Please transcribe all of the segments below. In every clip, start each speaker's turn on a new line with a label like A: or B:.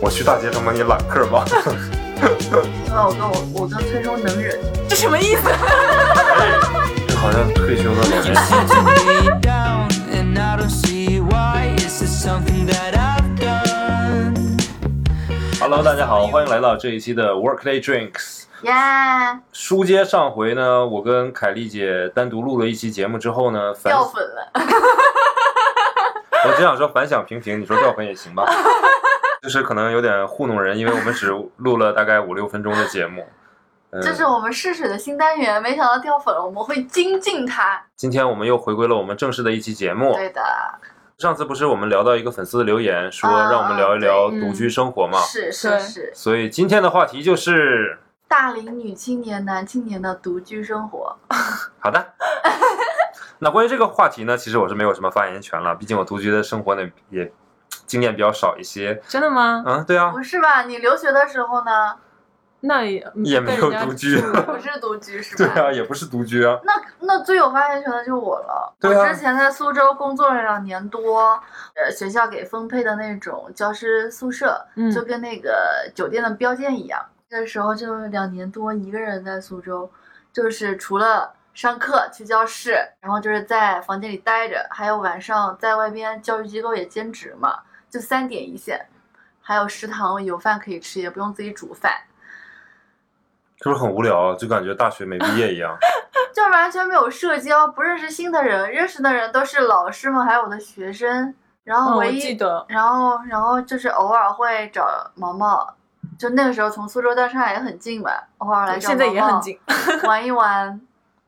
A: 我去大街上买你揽 客吧。
B: 啊，我跟我我跟崔叔能忍，
C: 这什么意思？
A: 这好像退休的老人。
D: me down, and I don't see why. Is this something that I've done?
A: Hello，大家 好，欢迎来到这一期的 Workday Drinks。
B: 耶、
A: 书接上回呢，我跟凯丽姐单独录了一期节目之后呢，反
B: 掉粉了。
A: 我只想说反响平平，你说掉粉 也行吧。就是可能有点糊弄人，因为我们只录了大概五六分钟的节目。嗯，
B: 这是我们试水的新单元，没想到掉粉了，我们会精进它。
A: 今天我们又回归了我们正式的一期节目。
B: 对的，
A: 上次不是我们聊到一个粉丝的留言，说
B: 啊
A: 让我们聊一聊独居生活嘛。
B: 是是
C: 对
B: 是，
A: 所以今天的话题就是，
B: 大龄女青年、男青年的独居生活。
A: 好的。那关于这个话题呢，其实我是没有什么发言权了，毕竟我独居的生活呢也经验比较少一些。
C: 真的吗？
A: 嗯，对啊
B: 不，是吧？你留学的时候呢，
C: 那也嗯
A: 也没有
C: 被人家
A: 独居
C: 住
B: 不是独居是
A: 对
B: 吧？
A: 啊，也不是独居啊。
B: 那那最有发言权的就是我了。
A: 对啊
B: 我之前在苏州工作了两年多，呃，学校给分配的那种教师宿舍，
C: 嗯
B: 就跟那个酒店的标间一样。那个时候就两年多一个人在苏州，就是除了上课去教室，然后就是在房间里待着，还有晚上在外边教育机构也兼职嘛，就三点一线，还有食堂有饭可以吃，也不用自己煮饭。
A: 是不是很无聊啊？就感觉大学没毕业一样。
B: 就完全没有社交，不认识新的人，认识的人都是老师们，还有我的学生。然
C: 嗯，
B: 后
C: 我
B: 唯
C: 记
B: 一，
C: 得，
B: 然后然后就是偶尔会找毛毛，就那个时候从苏州到上海也很近吧，偶尔来找
C: 现在也
B: 毛毛
C: 很近，
B: 玩一玩，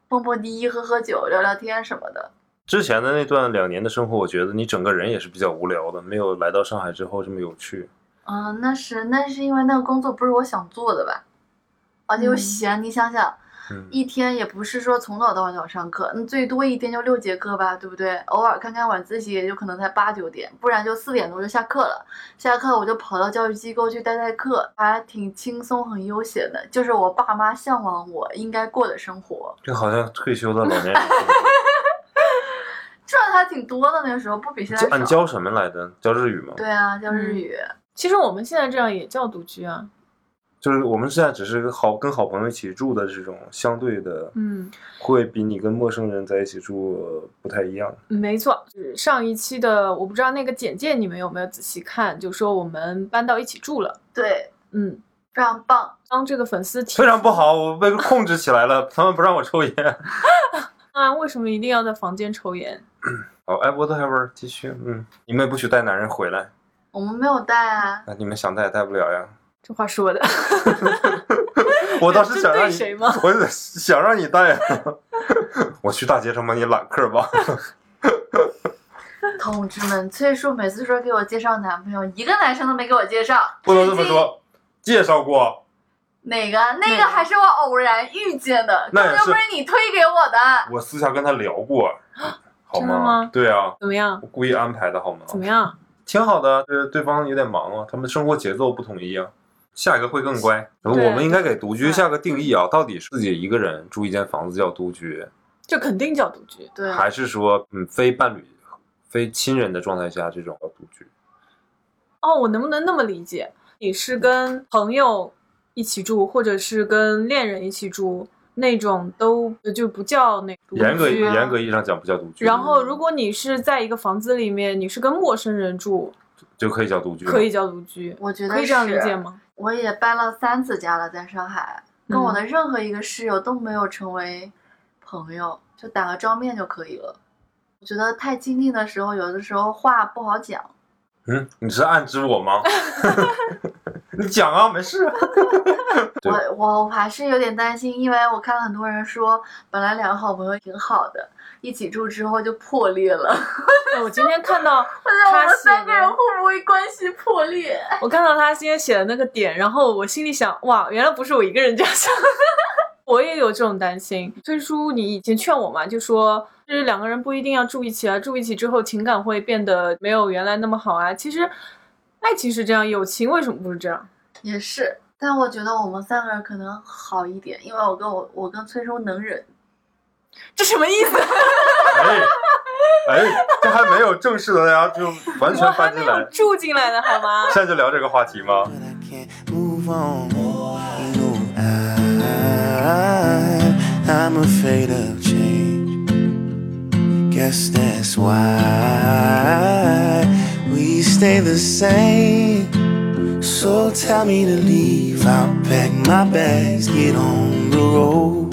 B: 蹦蹦迪、喝喝酒、聊聊天什么的。
A: 之前的那段两年的生活，我觉得你整个人也是比较无聊的，没有来到上海之后这么有趣。
B: 嗯，那是那是因为那个工作不是我想做的吧，而且又
C: 嗯
B: 闲，你想想，
A: 嗯，
B: 一天也不是说从早到晚都要上课，嗯，最多一天就六节课吧，对不对？偶尔看看晚自习，也就可能才八九点，不然就四点多就下课了。下课我就跑到教育机构去代代课，还挺轻松，很悠闲的，就是我爸妈向往我应该过的生活。
A: 这好像退休的老 年人。
B: 赚的还挺多的，那时候不比现
A: 教
B: 在
A: 你
B: 少。
A: 教什么来的？教日语吗？
B: 啊对啊，教日语，
C: 其实我们现在这样也叫独居啊。
A: 就是我们现在只是个好跟好朋友一起住的这种相对的，
C: 嗯，
A: 会比你跟陌生人在一起住、呃不太一样。
C: 没错。是上一期的我不知道那个简介你们有没有仔细看，就说我们搬到一起住了。
B: 对，
C: 嗯，
B: 非常棒。
C: 当这个粉丝提
A: 非常不好，我被控制起来了，他们不让我抽烟。
C: 啊，为什么一定要在房间抽烟？
A: 好，哎，whatever，继续。嗯，你们也不许带男人回来，
B: 我们没有带啊，
A: 那你们想带也带不了呀。
C: 这话说的，
A: 我倒是想让你，
C: 针对谁吗
A: 我是想让你带啊。 我去大街上把你揽客吧。
B: 同志们，崔叔每次说给我介绍男朋友，一个男生都没给我介绍，
A: 不能这么 说，介绍过，
B: 哪个？那
C: 哪
B: 个
C: 个
B: 还是我偶然遇见的，
A: 那
B: 根
A: 也
B: 本就不
A: 是
B: 是你推给我的。
A: 我私下跟他聊过，好
C: 啊真的吗
A: 对啊，
C: 怎么样？
A: 我故意安排的好吗？
C: 怎么样？
A: 挺好的，就是对方有点忙啊，他们生活节奏不统一啊。下一个会更乖。然后
C: 对嗯
A: 我们应该给独居
C: 对
A: 下个定义啊，到底是自己一个人住一间房子叫独居，
C: 这肯定叫独居。
B: 对，
A: 还是说嗯非伴侣、非亲人的状态下这种叫独居？
C: 哦，我能不能那么理解？你是跟朋友一起住，或者是跟恋人一起住，那种都呃就不叫那独
A: 严格
C: 居。啊
A: 严格意义上讲不叫独居，
C: 然后，
B: 嗯
C: 如果你是在一个房子里面，你是跟陌生人住，
A: 就可以叫独居了。
C: 可以叫独居，
B: 我觉得
C: 可以这样理
B: 是
C: 解吗？
B: 我也搬了三次家了，在上海，跟我
C: 嗯
B: 的任何一个室友都没有成为朋友，就打个照面就可以了。我觉得太亲近的时候，有的时候话不好讲。
A: 嗯，你是暗指我 吗？你讲啊，没事。对
B: 我我我还是有点担心，因为我看了很多人说，本来两个好朋友挺好的，一起住之后就破裂了。
C: 哎我今天看到
B: 我觉得我
C: 他
B: 们
C: 写
B: 三个人
C: 的
B: 会，不会关系破裂？
C: 我看到他今天写的那个点，然后我心里想，哇，原来不是我一个人这样想。 我也有这种担心。崔叔，你以前劝我嘛，就说就是两个人不一定要住一起啊，住一起之后情感会变得没有原来那么好啊。其实，爱情是这样，友情为什么不是这样？
B: 也是，但我觉得我们三个人可能好一点，因为我跟我我跟崔叔能忍，
C: 这什么意思？
A: 哎，哎，这还没有正式的，大家就完
C: 我
A: 全
C: 还
A: 搬进
C: 没有
A: 来。
C: 住进来呢，好吗？
A: 现在就聊这个话题吗？
D: but I can't move on. No, I, I'm afraid of change. Guess that's why we stay the same. So tell me to leave. I'll pack my bags, get on the road.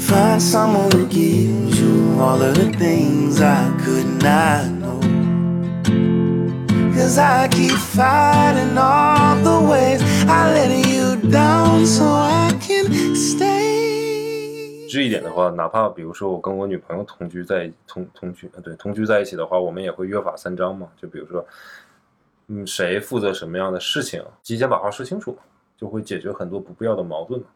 D: Find someone who gives you all of the things I could not know. Cause I keep fighting all the ways I let you down so I can stay.
A: 这一点的话，哪怕比如说我跟我女朋友同居在同同居，呃对，同居在一起的话，我们也会约法三章嘛。就比如说，嗯，谁负责什么样的事情，提前把话说清楚嘛，就会解决很多不必要的矛盾嘛。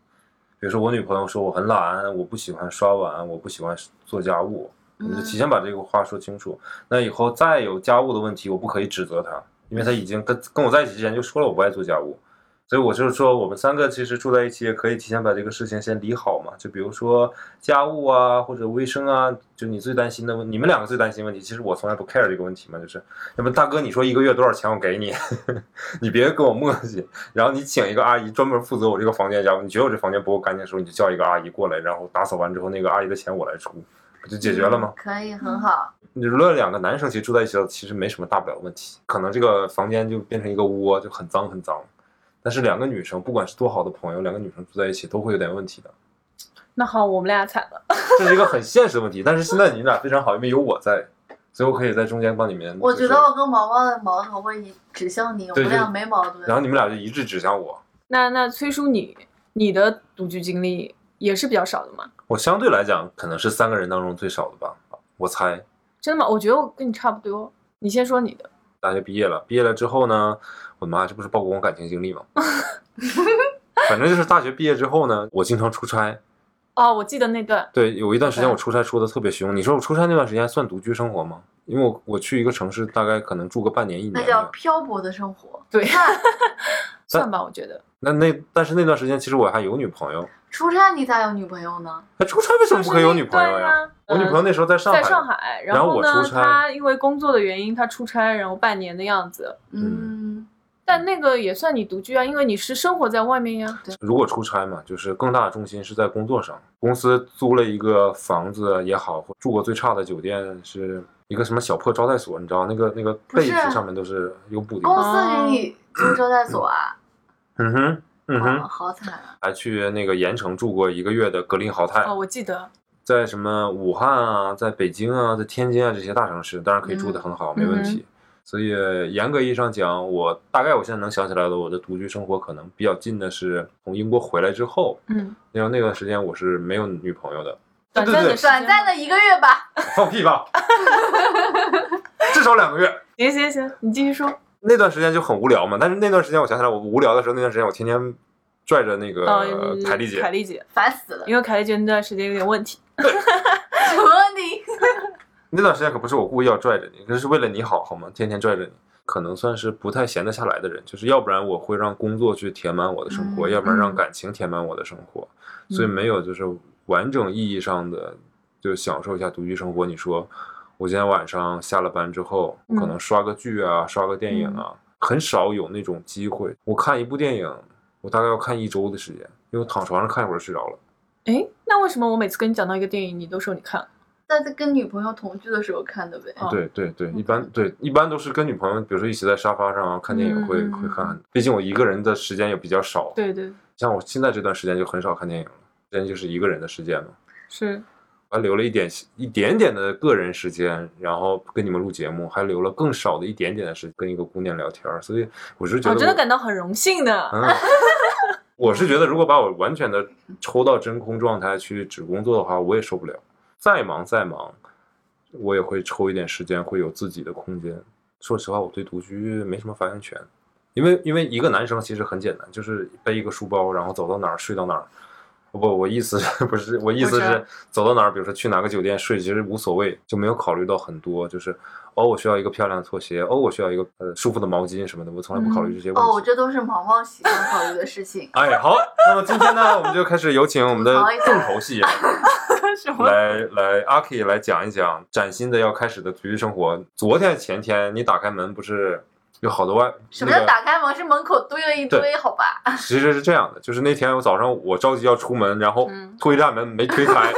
A: 比如说我女朋友说我很懒，我不喜欢刷碗，我不喜欢做家务，我们就提前把这个话说清楚。那以后再有家务的问题，我不可以指责她，因为她已经跟跟我在一起之前就说了我不爱做家务。所以我就是说，我们三个其实住在一起，也可以提前把这个事情先理好嘛。就比如说家务啊，或者卫生啊，就你最担心的问，你们两个最担心的问题，其实我从来不 care 这个问题嘛。就是，要不大哥，你说一个月多少钱我给你， 你别跟我磨叽。然后你请一个阿姨专门负责我这个房间家务，你觉得我这房间不够干净的时候，你就叫一个阿姨过来，然后打扫完之后，那个阿姨的钱我来出，不就解决了吗？
B: 可以，
C: 嗯
B: 很好。
A: 你论两个男生其实住在一起了，其实没什么大不了的问题，可能这个房间就变成一个窝，就很脏很脏。但是两个女生，不管是多好的朋友，两个女生住在一起都会有点问题的，
C: 那好，我们俩惨了。
A: 这是一个很现实的问题。但是现在你俩非常好，因为有我在，所以我可以在中间帮你们。
B: 我
A: 就
B: 觉
A: 是
B: 得我跟毛毛的矛头会指向你，我
A: 对
B: 们
A: 就
B: 俩没矛盾。
A: 然后你们俩就一致指向我。
C: 那那崔叔你，你的独居经历也是比较少的嘛？
A: 我相对来讲，可能是三个人当中最少的吧，我猜。
C: 真的吗？我觉得我跟你差不多。你先说你的，
A: 大学毕业了，毕业了之后呢，我的妈，这不是曝光我感情经历吗？ 反正就是大学毕业之后呢，我经常出差，
C: 哦，我记得那段，
A: 对，有一段时间我出差出的特别凶。你说我出差那段时间算独居生活吗？因为我我去一个城市，大概可能住个半年一
B: 那
A: 年
B: 叫
A: 吧。
B: 漂泊的生活。
C: 对
B: 那
C: 算吧，我觉得
A: 那那但是那段时间其实我还有女朋友。
B: 出差你咋有女朋友呢？
A: 那出差为什么不可以有女朋友
C: 就是那
A: 呀？
C: 段呀？
A: 我女朋友
C: 嗯
A: 那时候在上海，
C: 在上海，
A: 然后
C: 后
A: 我
C: 呢，
A: 出差
C: 她因为工作的原因，她出差，然后半年的样子。
A: 嗯
B: 嗯，
C: 但那个也算你独居啊，因为你是生活在外面呀。
A: 如果出差嘛，就是更大的重心是在工作上。公司租了一个房子也好，或住过最差的酒店是一个什么小破招待所，你知道那个那个
B: 不
A: 被
B: 是哦
A: 子上面都是有补丁
B: 公
A: 的。
B: 司给
C: 哦
B: 你租招待所啊？
A: 嗯哼，嗯
B: 啊，
A: 哼，
B: 好惨啊！
A: 还去那个盐城住过一个月的格林豪泰。
C: 哦，我记得，
A: 在什么武汉啊，在北京啊，在天津啊这些大城市，当然可以住得很好，没
B: 嗯
A: 问题。所以严格意义上讲，我大概我现在能想起来的我的独居生活，可能比较近的是从英国回来之后，
C: 嗯，
A: 然后那段时间我是没有女朋友的，
C: 短
A: 对
C: 暂的
A: 对
C: 时间
B: 短暂的一个月吧，
A: 放屁吧，至少两个月。
C: 行行行，你继续说。
A: 那段时间就很无聊嘛，但是那段时间我想起来，我无聊的时候，那段时间我天天拽着那
B: 哦
A: 个
C: 嗯，
A: 呃凯丽姐
C: 凯，丽姐，
B: 烦死了！
C: 因为凯丽姐那段时间有点问题。
B: 求你，
A: 那段时间可不是我故意要拽着你，这是为了你好，好吗？天天拽着你，可能算是不太闲得下来的人，就是要不然我会让工作去填满我的生活，
B: 嗯
A: 要不然让感情填满我的生活，
C: 嗯
A: 所以没有就是完整意义上的就享受一下独居生活。你说我今天晚上下了班之后，我可
C: 嗯
A: 能刷个剧啊，刷个电影啊，很少有那种机会。我看一部电影，我大概要看一周的时间，因为我躺床上看一会儿就睡着了。
C: 哎，那为什么我每次跟你讲到一个电影，你都说你看了？
B: 那在跟女朋友同居的时候看的呗。
C: 哦
A: 对对对，一般对一般都是跟女朋友，比如说一起在沙发上啊看电影会、
C: 嗯嗯
A: 会看很，毕竟我一个人的时间也比较少。
C: 对对，
A: 像我现在这段时间就很少看电影了，现在就是一个人的时间嘛，
C: 是
A: 还留了一点一点点的个人时间，然后跟你们录节目，还留了更少的一点点的时间跟一个姑娘聊天儿，所以我是觉
C: 我
A: 得我
C: 哦真的感到很荣幸呢。
A: 嗯，我是觉得如果把我完全的抽到真空状态去只工作的话，我也受不了。再忙再忙，我也会抽一点时间，会有自己的空间。说实话，我对独居没什么发言权，因为因为一个男生其实很简单，就是背一个书包，然后走到哪儿睡到哪儿。不，我意思不是，我意思
C: 我知道
A: 是走到哪儿，比如说去哪个酒店睡，其实无所谓，就没有考虑到很多，就是哦，我需要一个漂亮的拖鞋，哦，我需要一个呃舒服的毛巾什么的，我从来不考虑这些问题。
B: 哦，我这都是毛毛喜欢
A: 。
B: 考虑的事情
A: 哎，好，那么今天呢，我们就开始有请我们的
B: 吐槽一下
A: 重头戏，
C: 什么？
A: 来来，阿 K 来讲一讲崭新的要开始的体育生活。昨天前天你打开门不是有好多外？
B: 什么叫
A: 那个
B: 打开门？是门口堆了一堆，
A: 对
B: 好吧？
A: 其实是这样的，就是那天我早上我着急要出门，然后
C: 嗯
A: 推站门没推开，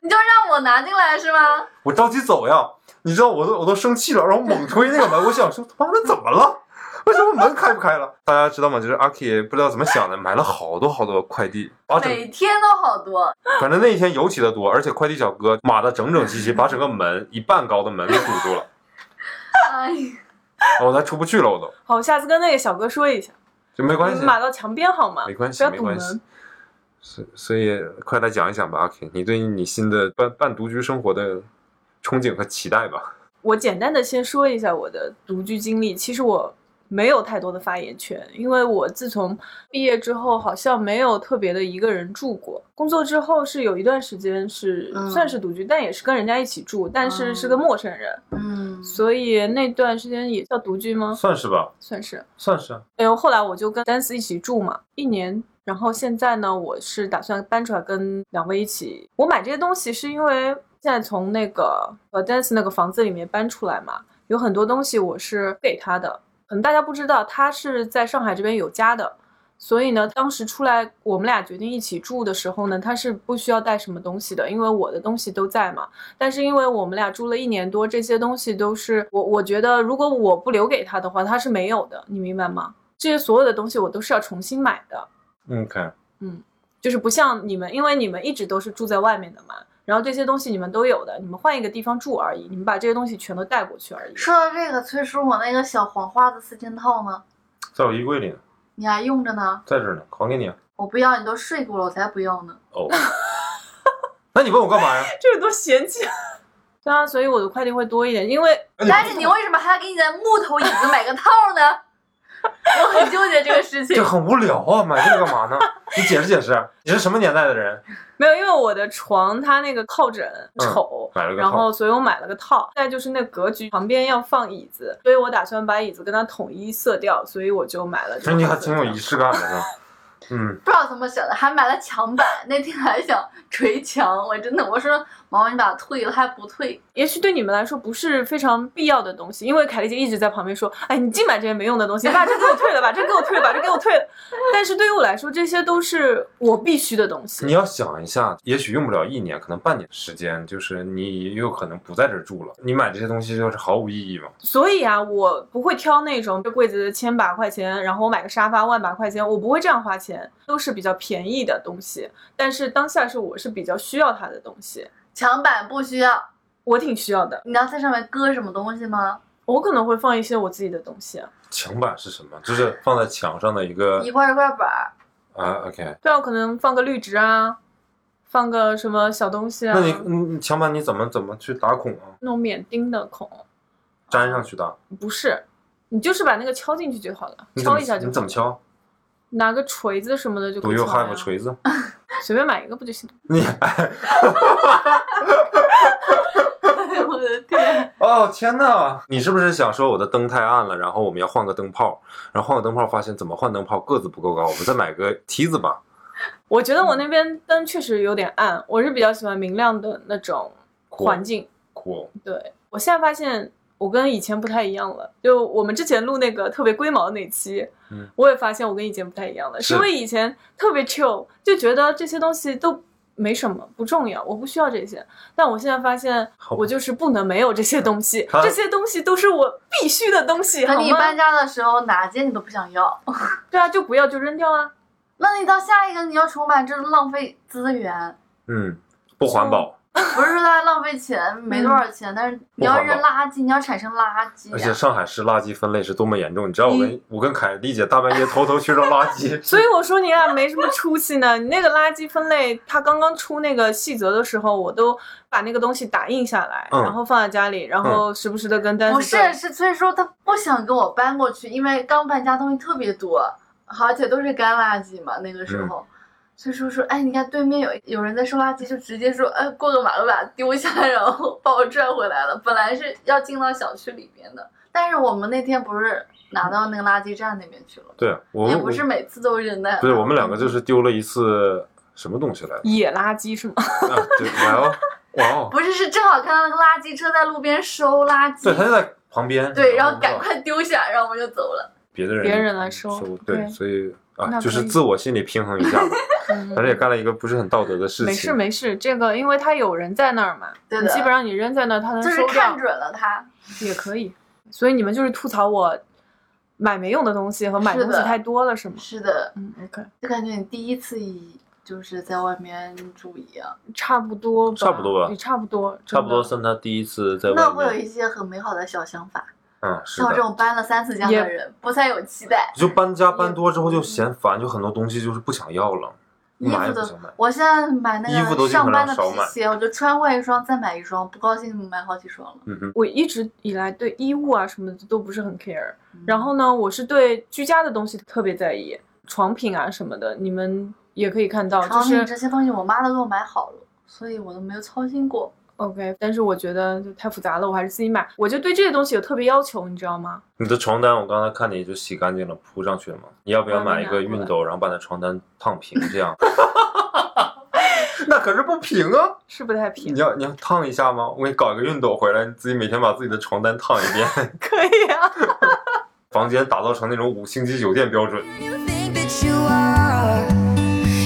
B: 你就让我拿进来是吗？
A: 我着急走呀，你知道我都我都生气了，然后猛推那个门，我想说他妈的怎么了？为什么门开不开了？大家知道吗？就是阿 K 不知道怎么想的，买了好多好多快递，把整
B: 每天都好多，
A: 反正那一天尤其的多，而且快递小哥码的整整齐齐，把整个门一半高的门给堵住了，
B: 哎呀，
A: 我才出不去了，我都
C: 好，下次跟那个小哥说一下，
A: 就没关系，
C: 码到墙边好吗？
A: 没关系，
C: 不要
A: 没
C: 堵
A: 关系
C: 门。。
A: 所所以，快来讲一讲吧，阿 K，你对你新的半半独居生活的憧憬和期待吧。
C: 我简单的先说一下我的独居经历。其实我没有太多的发言权，因为我自从毕业之后，好像没有特别的一个人住过。工作之后是有一段时间是、
B: 嗯
C: 算是独居，但也是跟人家一起住，但是是个
B: 嗯
C: 陌生人，
B: 嗯，
C: 所以那段时间也叫独居吗？
A: 嗯算是吧，
C: 算是。
A: 算是啊。
C: 哎然后后来我就跟丹斯一起住嘛，一年。然后现在呢，我是打算搬出来跟两位一起。我买这些东西是因为现在从那个呃丹斯那个房子里面搬出来嘛，有很多东西我是给他的。可能大家不知道，他是在上海这边有家的，所以呢，当时出来我们俩决定一起住的时候呢，他是不需要带什么东西的，因为我的东西都在嘛。但是因为我们俩住了一年多，这些东西都是我我觉得，如果我不留给他的话，他是没有的，你明白吗？这些所有的东西我都是要重新买的，
A: 嗯，看，
C: 就是不像你们，因为你们一直都是住在外面的嘛，然后这些东西你们都有的，你们换一个地方住而已，你们把这些东西全都带过 去而已。
B: 说到这个，崔叔，我那个小黄花的四件套呢，
A: 在我衣柜里呢，
B: 你还用着呢？
A: 在这儿呢，还给你啊。
B: 我不要，你都睡过了，我才不要呢。
A: 哦，那你问我干嘛呀？
C: 这有多嫌弃啊！ 对啊，所以我的快递会多一点，因为
A: 哎
B: 但是你为什么还要给你的木头椅子买个套呢？ 我很纠结这个事情
A: 这。很无聊啊，买这个干嘛呢？你解释解释，啊你是什么年代的人？
C: 没有，因为我的床它那个靠枕丑，
A: 嗯买了个
C: 然
A: 套
C: 后，所以我买了个套。再就是那格局旁边要放椅子，所以我打算把椅子跟它统一色调，所以我就买了这
A: 那
C: 个
A: 你还
C: 套色
A: 挺
C: 调。
A: 有仪式感的呢。嗯，
B: 不知道怎么想的，还买了墙板。那天还想捶墙，我真的，我说毛毛你把它退了，还不退。
C: 也许对你们来说不是非常必要的东西，因为凯丽姐一直在旁边说：“哎，你净买这些没用的东西，你把这给我退了，把这给我退了，把这给我退了。”但是对于我来说，这些都是我必须的东
A: 你
C: 西。
A: 要想一下，也许用不了一年，可能半年时间，就是你也有可能不在这儿住了。你买这些东西就是毫无意义嘛。
C: 所以啊，我不会挑那种这柜子千把块钱，然后我买个沙发万把块钱，我不会这样花钱，都是比较便宜的东西。但是当下是我是比较需要它的东西，
B: 墙板不需要，
C: 我挺需要的。
B: 你要在上面搁什么东西吗？
C: 我可能会放一些我自己的东西啊，
A: 墙板是什么？就是放在墙上的一个
B: 一块一块板儿。
A: 啊，OK。
C: 对啊，我可能放个绿植啊，放个什么小东西啊，
A: 那你嗯，墙板你怎么怎么去打孔啊？
C: 那种免钉的孔，
A: 粘上去打？
C: 不是，你就是把那个敲进去就好了，
A: 你怎
C: 敲
A: 么
C: 一下就好
A: 你怎么敲？
C: 拿个锤子什么的就可
A: 不
C: 以敲
A: 用
C: 呀、
A: have 锤子？
C: 随便买一个不就行了？
A: 你
B: 我的天，
A: 哦天哪！你是不是想说我的灯太暗了，然后我们要换个灯泡，然后换个灯泡发现怎么换灯泡个子不够高，我们再买个梯子吧。
C: 我觉
A: 嗯
C: 得我那边灯确实有点暗，我是比较喜欢明亮的那种
A: 酷
C: 环境。
A: 酷，
C: 对我现在发现，我跟以前不太一样了。就我们之前录那个特别龟毛的那期，
A: 嗯
C: 我也发现我跟以前不太一样了，是
A: 是
C: 因为以前特别 chill，就觉得这些东西都没什么，不重要，我不需要这些。但我现在发现，
A: 好吧
C: 我就是不能没有这些东西，
A: 他
C: 这些东西都是我必须的东西，好
B: 等你搬
C: 吗？
B: 家的时候，哪件你都不想要，
C: 对啊，就不要就扔掉啊。
B: 那你到下一个你要重买，这是浪费资源。
A: 嗯，不环保，
B: 不是说它浪费钱，没多少
C: 嗯
B: 钱，但是你要扔
A: 不
B: 垃圾，你要产生垃圾
A: 而且
B: 呀、
A: 上海市垃圾分类是多么严重，你知道我
B: 嗯
A: 跟我跟凯丽姐大半夜偷偷去扔垃 圾，
C: 所以我说你俩没什么出息呢。你那个垃圾分类，它刚刚出那个细则的时候，我都把那个东西打印下来，
A: 嗯
C: 然后放在家里，然后时不时的跟丹
B: 不
C: 斯
B: 是，
C: 对
B: 是崔叔他不想跟我搬过去，因为刚搬家东西特别多，而且都是干垃圾嘛，那个
A: 嗯
B: 时候。崔叔说：“哎，你看对面有有人在收垃圾，就直接说，哎，过个马路把它丢下，然后把我拽回来了。本来是要进到小区里边的，但是我们那天不是拿到那个垃圾站那边去了，
A: 对我
B: 也
A: 们
B: 不是每次都扔在。啊
A: 不是我们两个就是丢了一次什么东西 来了？
C: 野垃圾是吗？
A: 啊，对，哇哦，哇哦，
B: 不是，是正好看到那个垃圾车在路边收垃圾，
A: 对，他就在旁边。
B: 对然后
A: 不知道
B: 赶快丢下，然后我们就走了。
A: 别的人
C: 别人来收
A: 对，
C: 对
A: 所以
C: 那
A: 啊，
C: 可
A: 就是
C: 以
A: 自我心理平衡一 下吧。
C: 嗯
A: 反正也干了一个哎不是很道德的事情。
C: 没事没事，这个因为他有人在那儿嘛，
B: 对
C: 你
B: 的
C: 基本上你扔在那儿，他能
B: 就是
C: 嗯收
B: 看
C: 掉
B: 准了他，
C: 也可以。所以你们就是吐槽我买没用的东西和买
B: 是的
C: 东西太多了是吗？
B: 是的，
C: 嗯，OK，
B: 就感觉你第一次以就是在外面住一样，
C: 差不多吧，
A: 差不多吧
C: 也差不多，
A: 差不多
C: 真的
A: 算他第一次在
B: 那
A: 外
B: 会有
A: 面。
B: 一些很美好的小想法。
A: 嗯，是
B: 像我这
A: 的。
B: 种搬了三次家
C: 也
B: 的人，不再有期待。
A: 就搬家搬多之后就嫌烦，就很多东西就是不想要了，
B: 衣
A: 买也
B: 服
A: 不
B: 都
A: 想买，。
B: 我现在买那
A: 衣服都
B: 个
A: 尽可
B: 上班的
A: 量少
B: 皮
A: 买
B: 鞋，我就穿过一双再买一双，不高兴买好几双了。
A: 嗯哼，
C: 我一直以来对衣物啊什么的都不是很 care，
B: 嗯
C: 然后呢，我是对居家的东西特别在意，床品啊什么的，你们也可以看到，哦就
B: 床品
C: 是
B: 这些东西我妈都给我买好了，所以我都没有操心过。
C: OK，但是我觉得就太复杂了，我还是自己买。我就对这些东西有特别要求，你知道吗？
A: 你的床单我刚才看你就洗干净了铺上去了嘛？你要不要买一个熨斗，然后把那床单烫平这 样？ 那可是不平啊！
C: 是不太平
A: 你，要你要烫一下吗？我给你搞一个熨斗回来，你自己每天把自己的床单烫一遍，
C: 可以啊。
A: 房间打造成那种五星级酒店标准。
E: you think that you are.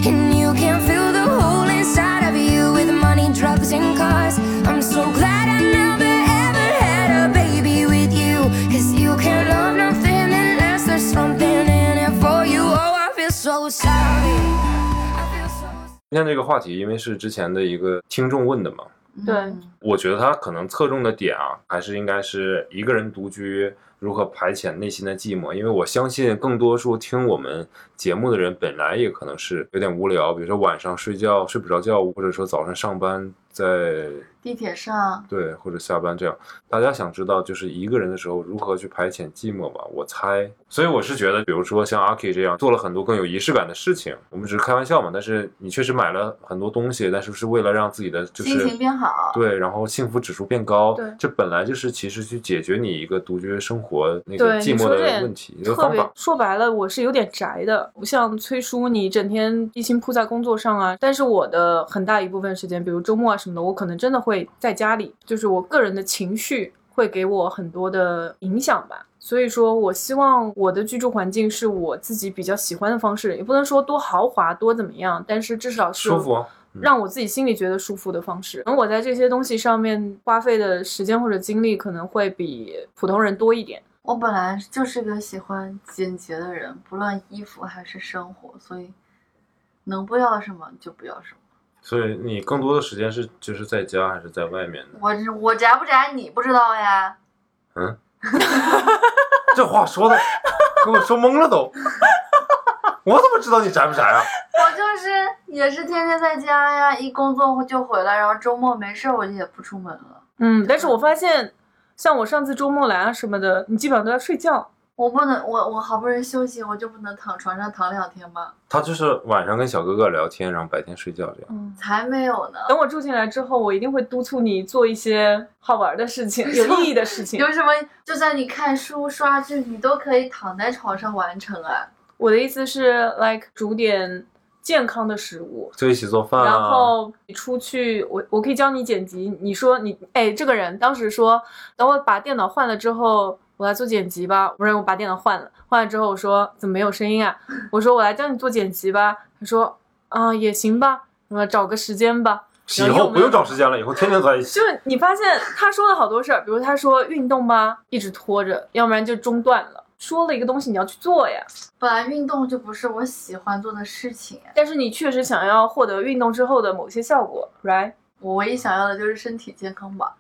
E: And you can fill the hole inside of you with money, drugs, and cars. I'm so glad I never ever had a baby with you. Cause you can love nothing unless there's something in it for you. Oh, I feel so sorry. I feel so sorry.
A: 今天这个话题，因为是之前的一个听众问的嘛，
B: 嗯
C: 对
A: 我觉得他可能侧重的点啊，还是应该是一个人独居如何排遣内心的寂寞。因为我相信，更多数听我们节目的人，本来也可能是有点无聊，比如说晚上睡觉睡不着觉，或者说早上上班在
B: 地铁上，
A: 对或者下班这样。大家想知道，就是一个人的时候如何去排遣寂寞吧？我猜，所以我是觉得，比如说像阿 K 这样做了很多更有仪式感的事情，我们只是开玩笑嘛。但是你确实买了很多东西，但是是为了让自己的就是
B: 心情变好。
A: 对，然后幸福指数变高，
C: 对
A: 这本来就是其实去解决你一个独居生活那
C: 对，
A: 个寂寞
C: 你说这
A: 的
C: 点
A: 问题，一个
C: 特
A: 方
C: 别
A: 法。
C: 说白了，我是有点宅的，不像崔叔，你整天一心扑在工作上啊。但是我的很大一部分时间，比如周末啊什么的，我可能真的会在家里，就是我个人的情绪会给我很多的影响吧。所以说我希望我的居住环境是我自己比较喜欢的方式，也不能说多豪华多怎么样，但是至少是
A: 舒服啊，
C: 让我自己心里觉得舒服的方式。可能我在这些东西上面花费的时间或者精力可能会比普通人多一点。
B: 我本来就是个喜欢简洁的人，不论衣服还是生活，所以能不要什么就不要什么。
A: 所以你更多的时间是就是在家还是在外面呢？
B: 我我宅不宅你不知道呀？
A: 嗯，这话说的 给我说懵了都，我怎么知道你宅不宅啊？
B: 我就是也是天天在家呀，一工作就回来，然后周末没事儿我就也不出门了。
C: 嗯，但是我发现，像我上次周末来啊什么的，你基本上都在睡觉。
B: 我不能，我我好不容易休息，我就不能躺床上躺两天吗？
A: 他就是晚上跟小哥哥聊天，然后白天睡觉这样。
C: 嗯，
B: 才没有呢。
C: 等我住进来之后，我一定会督促你做一些好玩的事情、有意义的事 情
B: 有。什么？就算你看书、刷剧，你都可以躺在床上完成啊。
C: 我的意思是，like 煮点健康的食物，
A: 就一起做饭啊，
C: 然后你出去，我我可以教你剪辑。你说你哎，这个人当时说，等我把电脑换了之后，我来做剪辑吧。不是，我把电脑换了，换了之后我说怎么没有声音啊？ 我说我来教你做剪辑吧。他说啊、也行吧，那么找个时间吧。
A: 以后不用找时间了，以后天天在一起
C: 就。是你发现他说的好多事儿，比如他说运动吧，一直拖着，要不然就中断了。说了一个东西你要去做呀，
B: 本来运动就不是我喜欢做的事情，
C: 但是你确实想要获得运动之后的某些效果，right？
B: 我唯一想要的就是身体健康吧。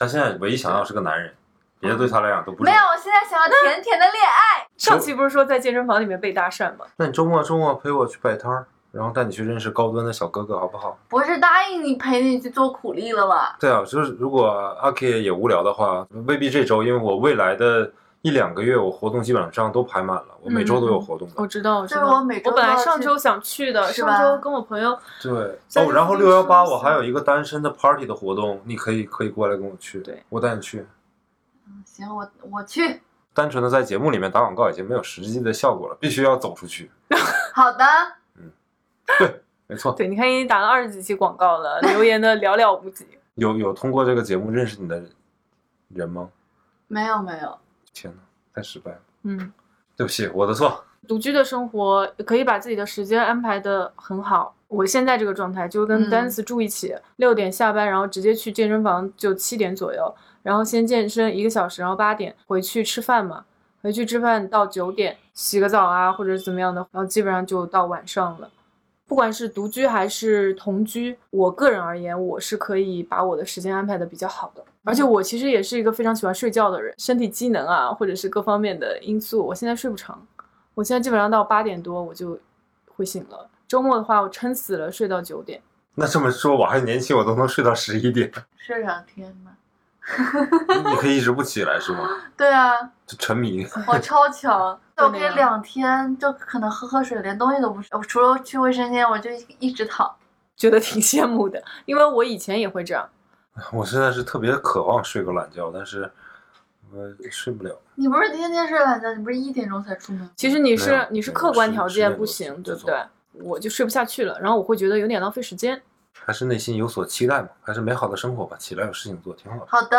A: 他现在唯一想要是个男人，别的对他来讲都不重
B: 没
A: 要
B: 有，。我现在想要甜甜的恋爱。
C: 上期不是说在健身房里面被搭讪吗？
A: 那你周末周末陪我去摆摊儿，然后带你去认识高端的小哥哥，好不好？
B: 不是答应你陪你去做苦力了吗？
A: 对啊，就是如果阿 K 也无聊的话，未必这周，因为我未来的一两个月，我活动基本上都排满了，我每周都
C: 嗯
A: 有活动的。
C: 我知道，我知
B: 就是
C: 道。
B: 我每周
C: 我本来
B: 都要
C: 上
B: 去
C: 周想去的，
B: 是
C: 上
B: 吧
C: 周跟我朋友
A: 对
C: 三
A: 哦，
C: 十
A: 然后
C: 四
A: 六幺八
C: 是
A: 我还有一个单身的 party 的活动，你可以可以过来跟我去，
C: 对
A: 我带你去。
B: 行，我我去。
A: 单纯的在节目里面打广告已经没有实际的效果了，必须要走出去。
B: 好的，
A: 没错，
C: 对，你看已经打了二十几期广告了，留言的寥寥无几。
A: 有有通过这个节目认识你的人吗？
B: 没有没有，
A: 天哪，太失败了，
C: 嗯，
A: 对不起，我的错。
C: 独居的生活可以把自己的时间安排的很好。我现在这个状态就是跟
B: 嗯
C: Dance 住一起，六、点下班，然后直接去健身房，就七点左右，然后先健身一个小时，然后八点回去吃饭嘛，回去吃饭到九点洗个澡啊，或者怎么样的，然后基本上就到晚上了。不管是独居还是同居，我个人而言，我是可以把我的时间安排的比较好的。而且我其实也是一个非常喜欢睡觉的人，身体机能啊，或者是各方面的因素，我现在睡不长。我现在基本上到八点多我就会醒了。周末的话，我撑死了睡到九点。
A: 那这么说，我还年轻，我都能睡到十一点，
B: 睡上天呐。
A: 你可以一直不起来是吗？
B: 对啊，
A: 就沉迷。
B: 我超强，我可
C: 那
B: 以
C: 样
B: 两天就可能喝喝水，连东西都不吃，我除了去卫生间，我就一直躺。
C: 觉得挺羡慕的，因为我以前也会这样。
A: 我现在是特别渴望睡个懒觉，但是我睡不了。
B: 你不是天天睡懒觉，你不是一点钟才出门吗？
C: 其实
A: 没
C: 你
A: 有
C: 是你是
A: 没有
C: 客观
A: 十
C: 条
A: 十点
C: 件
A: 多
C: 不
A: 起
C: 行，
A: 这
C: 对不
A: 种
C: 对？我就睡不下去了，然后我会觉得有点浪费时间。
A: 还是内心有所期待嘛，还是美好的生活吧。起来有事情做，挺好的，
B: 好的，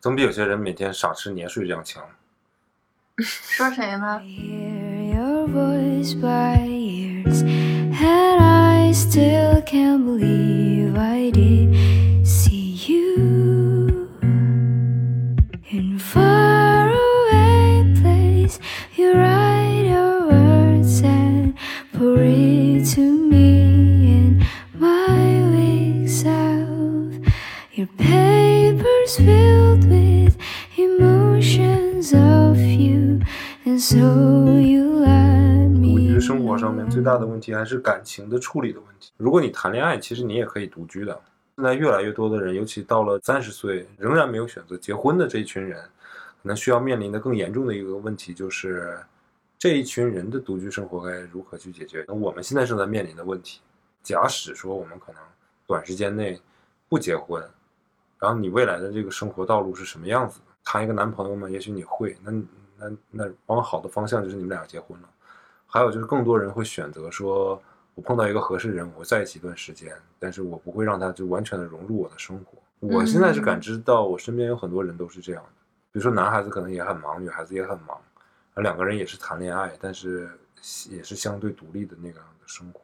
A: 总比有些人每天傻吃黏睡这样强。
B: 说谁呢？
E: Hear your voice, my ears, and I still can't believe I did see you in faraway place. You write your words and pour it to me in my weak self. Your papers filled with emotions of you, and so you let
A: 我觉
E: me.
A: 得生活上面最大的问题还是感情的处理的问题。如果你谈恋爱，其实你也可以独居的。现在越来越多的人，尤其到了三十岁，仍然没有选择结婚的这一群人，可能需要面临的更严重的一个问题就是，这一群人的独居生活该如何去解决？那我们现在正在面临的问题，假使说我们可能短时间内不结婚，然后你未来的这个生活道路是什么样子？谈一个男朋友嘛，也许你会，那那那往好的方向就是你们俩结婚了。还有就是更多人会选择说，我碰到一个合适人，我在一起一段时间，但是我不会让他就完全的融入我的生活。我现在是感知到，我身边有很多人都是这样的，比如说男孩子可能也很忙，女孩子也很忙，而两个人也是谈恋爱，但是也是相对独立的那个样的生活，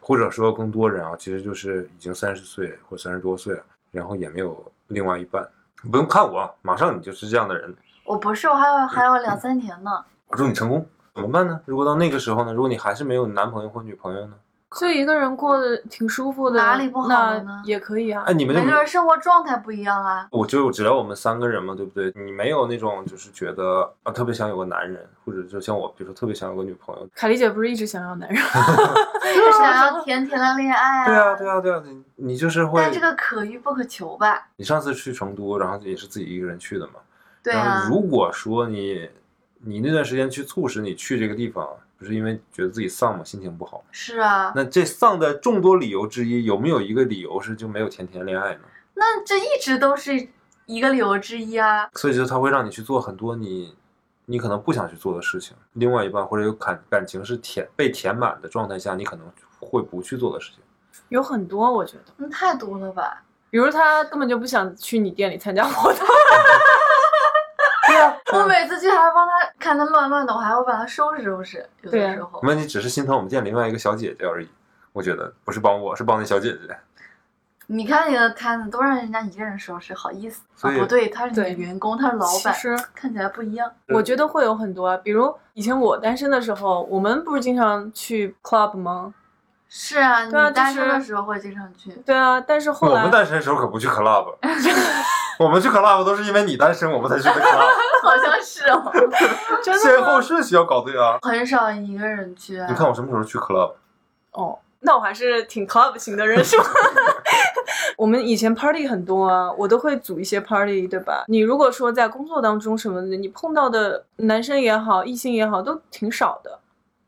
A: 或者说更多人啊，其实就是已经三十岁或三十多岁了，然后也没有另外一半。不用看我啊，马上你就是这样的人，
B: 我不是，我还有还有两三年呢。
A: 我祝你成功。怎么办呢？如果到那个时候呢？如果你还是没有男朋友或女朋友呢？
C: 就一个人过得挺舒服的，
B: 哪里不好了呢
C: 那也可以啊。
A: 哎，你们就
B: 每
A: 没
B: 个人生活状态不一样啊。
A: 我就只聊我们三个人嘛，对不对？你没有那种就是觉得啊特别想有个男人，或者就像我，比如说特别想有个女朋友。
C: 凯丽姐不是一直想要男人，
B: 就是想要 甜甜的恋爱啊。
A: 对啊，对啊，对啊，你你就是会。
B: 但这个可遇不可求吧？
A: 你上次去成都，然后也是自己一个人去的嘛。
B: 对
A: 然
B: 啊
A: 后，如果说你你那段时间去促使你去这个地方，不是因为觉得自己丧嘛，心情不好，
B: 是啊，
A: 那这丧的众多理由之一，有没有一个理由是就没有甜甜恋爱呢？
B: 那这一直都是一个理由之一啊。
A: 所以就它会让你去做很多你你可能不想去做的事情。另外一半或者有感感情是填被填满的状态下，你可能会不去做的事情。
C: 有很多我觉得，
B: 那嗯太多了 吧？
C: 比如她根本就不想去你店里参加活动，
B: 我每次去还帮他看他乱乱的，我还会把他收拾收拾。有
C: 对
B: 的
C: 啊
B: 时候，
A: 那你只是心疼我们店另外一个小姐姐而已。我觉得不是帮我，是帮那小姐姐。
B: 你看你的摊子都让人家一个人收拾，好意思？啊，
A: 所以
B: 不对，他是你的
C: 对
B: 员工，他是老
C: 其
B: 板，
C: 实
B: 看起来不一样。
A: 是
C: 我觉得会有很多啊，比如以前我单身的时候，我们不是经常去 club 吗？
B: 是啊，你
C: 对啊就
B: 单身的
C: 是
B: 时候会经常 去。
C: 对啊，但是后
A: 我
C: 来
A: 们单身的时候可不 去 club，我们去 club 都是因为你单身，我们才去的 club。
B: 好像是哦，
C: 真的
A: 先
C: 吗
A: 后顺序要搞对啊！
B: 很少一个人去啊。
A: 你看我什么时候去 club？
C: 哦，那我还是挺 club 型的人是吧？ 我们以前 party 很多啊，我都会组一些 party，对吧？你如果说在工作当中什么的，你碰到的男生也好，异性也好，都挺少的。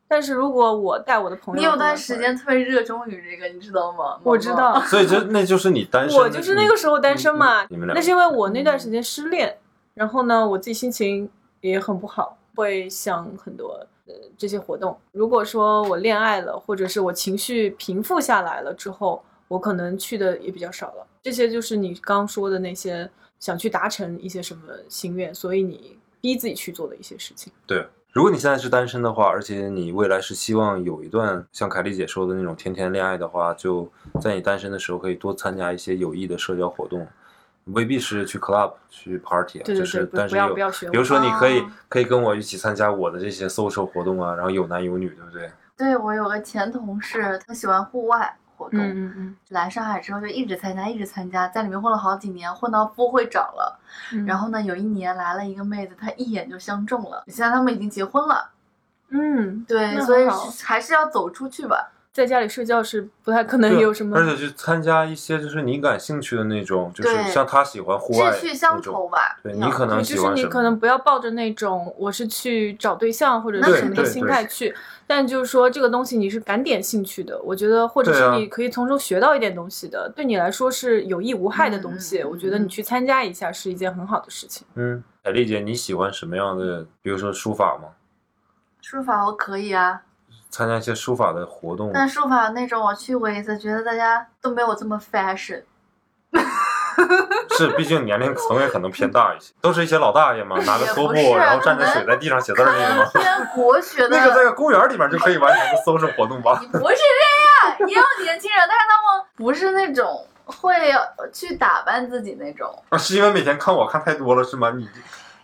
C: 但是如果我带我的朋友，
B: 你有段时，间特别热衷于这个，你知道吗？
C: 我知道，
A: 所以就那就是你单身的，嗯
C: 我就是那个时候单身嘛
A: 你，你们俩
C: 那是因为我那段时间失恋，然后呢，我自己心情也很不好，会想很多。呃这些活动。如果说我恋爱了，或者是我情绪平复下来了之后，我可能去的也比较少了。这些就是你刚说的那些想去达成一些什么心愿，所以你逼自己去做的一些事情。
A: 对，如果你现在是单身的话，而且你未来是希望有一段像凯丽姐说的那种天天恋爱的话，就在你单身的时候可以多参加一些有益的社交活动，未必是去 club 去 party 啊，
C: 对对对
A: 就是
C: 不
A: 但是
C: 不要
A: 有
C: 不要学
A: 比如
C: 我啊
A: 说你可以、
B: 哦
A: 可以跟我一起参加我的这些 social 活动啊，然后有男有女，对不对？
B: 对我有个前同事，他喜欢户外活动，
C: 嗯嗯
B: 来上海之后就一直参加，一直参加，在里面混了好几年，混到副会长了。
C: 嗯
B: 然后呢，有一年来了一个妹子，她一眼就相中了。现在他们已经结婚了，
C: 嗯，
B: 对，
C: 那
B: 所以
C: 很好
B: 还是要走出去吧。
C: 在家里睡觉是不 太可能
A: 对
C: 有什么
A: 而且去参加一些就是你感兴趣的那种，就是
B: 对
A: 像他喜欢户外
B: 志趣相
A: 那种
B: 投吧。嗯
A: 对
B: 要
A: 你可能
C: 对，
A: 喜
C: 就是
A: 欢
C: 你
A: 什
C: 可
A: 么？
C: 能不要抱着那种我是去找对象或者
B: 对
C: 是什么的
B: 对
C: 心
A: 对
C: 态去，但就是说这个东西你是敢点兴趣的，我觉得或者
A: 对
C: 是
A: 啊
C: 你可以从中学到一点东西的，对你来说是有益无害的东西，
B: 嗯嗯
C: 我觉得你
B: 嗯
C: 去参加一下是一件很好的事情。
A: 嗯，哎，丽姐，你喜欢什么样的？比如说书法吗？
B: 书法我可以啊，
A: 参加一些书法的活动，
B: 但书法那种我去过一次，觉得大家都没有这么 fashion。
A: 是，毕竟年龄层也可能偏大一些，都是一些老大爷嘛，拿着
B: 也
A: 拖
B: 不
A: 布，
B: 是
A: 然后站着
B: 可能
A: 水在地上写字儿那个吗？
B: 偏国学的，
A: 那个在公园里面就可以完成的 social 活动吧？
B: 不是这样，也有年轻人，但是他们不是那种会去打扮自己那种。
A: 啊，是因为每天看我看太多了是吗？你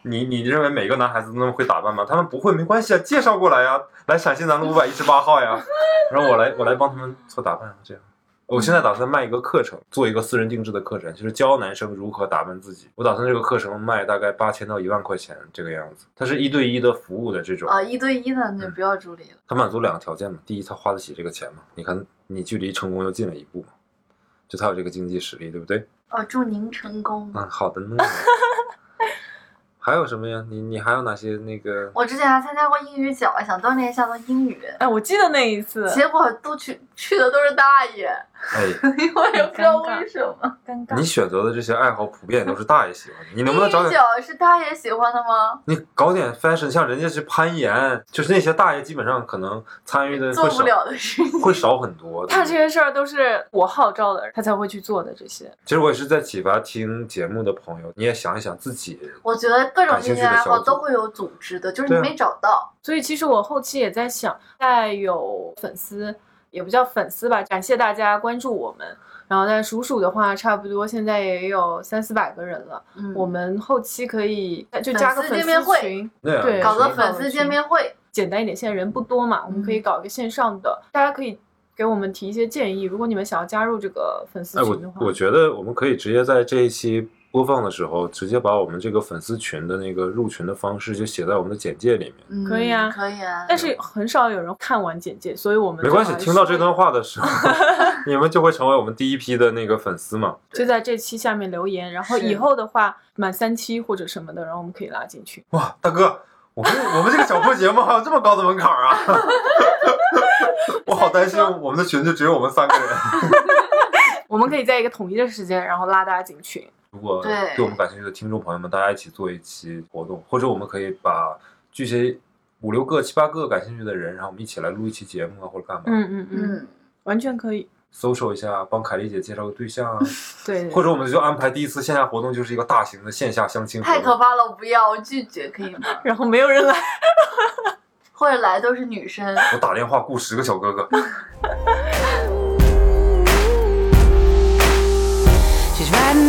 A: 你你认为每个男孩子都那么会打扮吗？他们不会没关系啊，介绍过来呀、来陕西南路五百一十八号呀，然后我来我来帮他们做打扮，啊这样。我现在打算卖一个课程，做一个私人定制的课程，就是教男生如何打扮自己。我打算这个课程卖大概八千到一万块钱这个样子，它是一对一的服务的这种。
B: 啊，一对一的那
A: 嗯
B: 就不要助理了。
A: 他满足两个条件嘛，第一，他花得起这个钱嘛，你看你距离成功又近了一步嘛，就他有这个经济实力，对不对？
B: 哦，祝您成功。
A: 嗯，好的呢。还有什么呀？你你还有哪些那个？
B: 我之前还参加过英语角，想锻炼一下我的英语，
C: 哎，我记得那一次，
B: 结果都去去的都是大爷，
A: 哎，
B: 我也不知道为什么。
C: 尴
A: 你
C: 尬，
A: 选择的这些爱好普遍都是大爷喜欢的，你能不能找
B: 英语
A: 点？
B: 角是大爷喜欢的吗？
A: 你搞点 fashion，像人家去攀岩，就是那些大爷基本上可能参与的
B: 做
A: 会
B: 不
A: 少，
B: 了的事情。
A: 会少很 多。对
C: 他
A: 不
C: 这
A: 对
C: 些事儿都是我号召的，他才会去做的这些。
A: 其实我也是在启发听节目的朋友，你也想一想自己
B: 我觉得各种
A: 感兴
B: 兴
A: 趣
B: 趣
A: 的
B: 爱
A: 小
B: 好
A: 组
B: 都会有组织的，就是你
A: 对啊
B: 没找到。
C: 所以其实我后期也在想，在有粉丝也不叫粉丝吧，感谢大家关注我们。然后但数数的话，差不多现在也有三四百个人了。
B: 嗯，
C: 我们后期可以就加个
B: 粉丝
C: 粉
B: 见面会
C: 丝群，
A: 那样
C: 对
A: 的
B: 搞个
A: 生活
B: 粉丝见面会，
C: 简单一点。现在人不多嘛，我们
B: 嗯
C: 可以搞一个线上的，大家可以给我们提一些建议。如果你们想要加入这个粉丝
A: 哎，
C: 群的
A: 我
C: 话，
A: 我觉得我们可以直接在这一期播放的时候，直接把我们这个粉丝群的那个入群的方式就写在我们的简介里面。
B: 嗯，
C: 可以啊
B: 可以啊。
C: 但是很少有人看完简介，所以我们
A: 没关系
C: 就，把它
A: 听到这
C: 说
A: 段话的 时候，你们就会成为我们第一批的那个粉丝嘛。
C: 就在这期下面留言，然后
B: 是
C: 以后的话满三期或者什么的，然后我们可以拉进去。
A: 哇，大哥，我们我们这个小破节目还有这么高的门槛儿 啊！我好担心我们的群就只有我们三 个人。
C: 我们可以在一个统一的时间，然后拉大家进群。
A: 如果
B: 对
A: 对我们感兴趣的听众朋友们，大家一起做一期活动，或者我们可以把聚些五六个、七八个感兴趣的人，然后我们一起来录一期节目啊，或者干嘛。
C: 嗯嗯嗯，
B: 嗯，
C: 完全可以。
A: social 一下，帮凯丽姐介绍个对象啊，
C: 对，
A: 或者我们就安排第一次线下活动，就是一个大型的线下相亲活
B: 太可
A: 动。
B: 怕了，我不要，我拒绝，可以吗？
C: 然后没有人来。
B: 或者来都是女生。
A: 我打电话雇十个小哥哥，
E: She's riding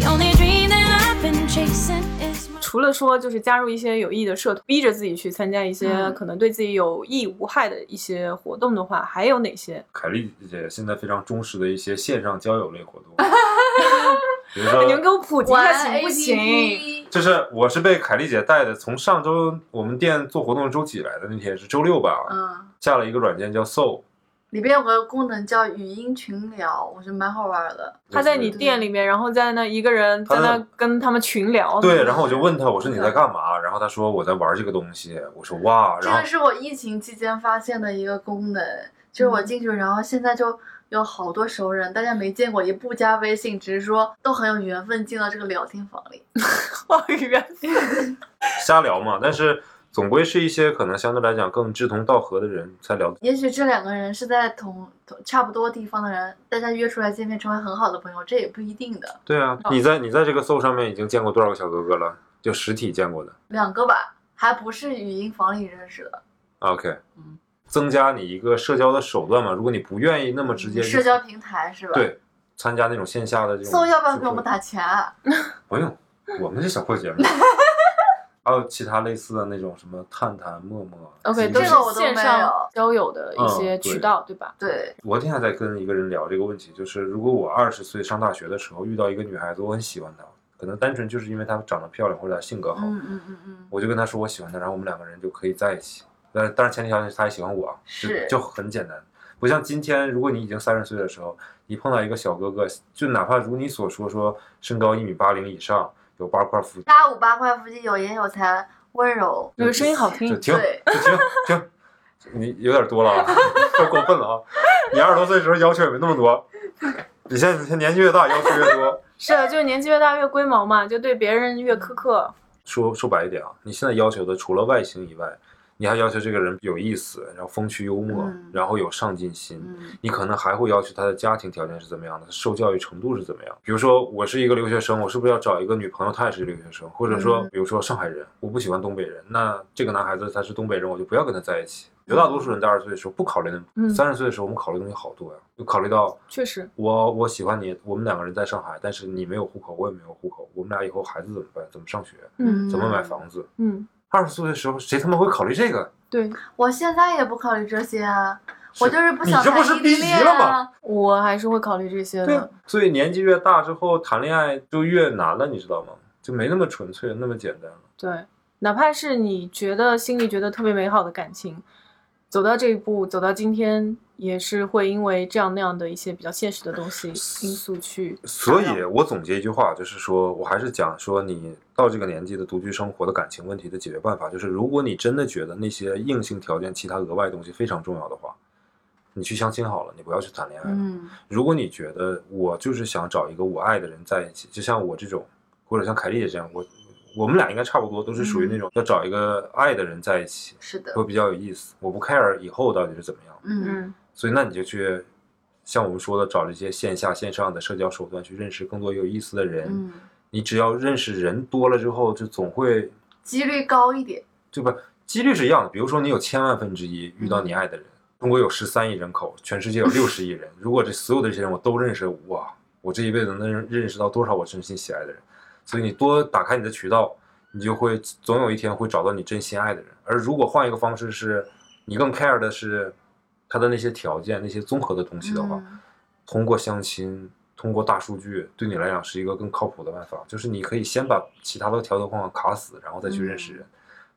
E: The only dream that I've been chasing is my.
C: 除了说就是加入一些有益的社团，逼着自己去参加一些
B: 嗯
C: 可能对自己有益无害的一些活动的话，还有哪些？
A: 凯丽姐现在非常重视的一些线上交友类活动，比如
C: 你们
A: 说，
C: 给我普及一
B: 玩
C: 下行不行？
B: APP
A: 就是我是被凯丽姐带的，从上周我们店做活动周几来的那天是周六吧，
B: 嗯，
A: 下了一个软件叫 Soul，
B: 里边有个功能叫语音群聊，我觉得蛮好玩的。
C: 他在你店里面，然后在那一个人
A: 他
C: 在
A: 在
C: 那跟他们群聊。
A: 对，然后我就 问他，我说你在干嘛？然后他说我在玩这个东西。我说哇，
B: 这
A: 然后
B: 个是我疫情期间发现的一个功能，就是我进去，然后现在就有好多熟人，大家没见过，也不加微信，只是说都很有缘分进到这个聊天房里。
C: 好远。
A: 瞎聊嘛，但是总归是一些可能相对来讲更志同道合的人才聊。
B: 也许这两个人是在同同差不多地方的人，大家约出来见面成为很好的朋友，这也不一定的。
A: 对啊，你在你在这个 s o 上面已经见过多少个小哥哥了？就实体见过的。
B: 两个吧，还不是语音房里认识的，
A: OK，
B: 嗯
A: 增加你一个社交的手段嘛。如果你不愿意那么直接，
B: 嗯社交平台是吧？。
A: 对参加那种线下的这种聚会，
B: 搜要不要给我们打钱啊？
A: 不用，我们是小破节 目。还有其他类似的那种什么探探、陌陌
C: OK，
A: 极
C: 都
A: 客
C: 是
B: 这个我都
C: 线
B: 没
C: 上
B: 有
C: 交友的一些
A: 嗯对
C: 渠道，对吧？
B: 对，
A: 昨天还在跟一个人聊这个问题，就是如果我二十岁上大学的时候遇到一个女孩子，我很喜欢她，可能单纯就是因为她长得漂亮或者她性格好，
B: 嗯嗯嗯嗯，
A: 我就跟她说我喜欢她，然后我们两个人就可以在一起。但是，但是前提条件是她也喜欢我啊，就是就很简单。不像今天，如果你已经三十岁的时候，你碰到一个小哥哥，就哪怕如你所说说身高一米八零以上，有八块腹肌，
B: 八五八块腹肌，有颜有才，温柔。
C: 那个声音好
A: 就
C: 听，
A: 停
B: 嗯对
A: 就停停，你有点多了啊， 太过分了啊！你二十多岁的时候要求也没那么多，你现在年纪越大要求越多。
C: 是啊，就是年纪越大越龟毛嘛，就对别人越苛刻。
A: 说说白一点啊，你现在要求的除了外形以外，你还要求这个人有意思，然后风趣幽默，
B: 嗯
A: 然后有上进心。
B: 嗯
A: 你可能还会要求他的家庭条件是怎么样的，受教育程度是怎么样。比如说，我是一个留学生，我是不是要找一个女朋友，她也是留学生？或者说
B: 嗯，
A: 比如说上海人，我不喜欢东北人，那这个男孩子他是东北人，我就不要跟他在一起。绝大多数人在二十岁的时候不考虑那
C: 嗯
A: 么，三十岁的时候我们考虑的东西好多呀，就考虑到
C: 确实，
A: 我我喜欢你，我们两个人在上海，但是你没有户口，我也没有户口，我们俩以后孩子怎么办？怎么上学？
C: 嗯
A: 怎么买？房子？
C: 嗯，
A: 二十岁的时候谁他妈会考虑这个？
C: 对
B: 我现在也不考虑这些啊，我就是不
A: 你
B: 想
A: 这不
B: 谈
A: 是
B: 异
A: 逼
B: 地
A: 急
B: 恋
A: 了吗
B: 啊。
C: 我还是会考虑这些
A: 对啊
C: 的。，
A: 所以年纪越大之后谈恋爱就越难了，你知道吗？就没那么纯粹，那么简单了。
C: 对，哪怕是你觉得心里觉得特别美好的感情，走到这一步，走到今天，也是会因为这样那样的一些比较现实的东西因素去。
A: 所以我总结一句话，就是说我还是讲说，你到这个年纪的独居生活的感情问题的解决办法，就是如果你真的觉得那些硬性条件、其他额外的东西非常重要的话，你去相亲好了，你不要去谈恋爱了。
B: 嗯
A: 如果你觉得我就是想找一个我爱的人在一起，就像我这种，或者像凯莉也这样，我我们俩应该差不多，都是属于那种要找一个爱的人在一起，
B: 是的，
A: 会比较有意思。我不 care 以后到底是怎么样，
B: 嗯，
A: 所以那你就去像我们说的，找这些线下线上的社交手段去认识更多有意思的人。
B: 嗯，
A: 你只要认识人多了之后，就总会
B: 几率高一点。
A: 就不几率是一样的。比如说你有千万分之一遇到你爱的人，中国有十三亿人口，全世界有六十亿人，如果这所有的这些人我都认识，哇，我这一辈子能认认识到多少我真心喜爱的人？所以你多打开你的渠道，你就会总有一天会找到你真心爱的人。而如果换一个方式是，你更 care 的是他的那些条件、那些综合的东西的话，
B: 嗯
A: 通过相亲，通过大数据，对你来讲是一个更靠谱的办法。就是你可以先把其他的条条框框卡死，然后再去认
B: 嗯
A: 识人，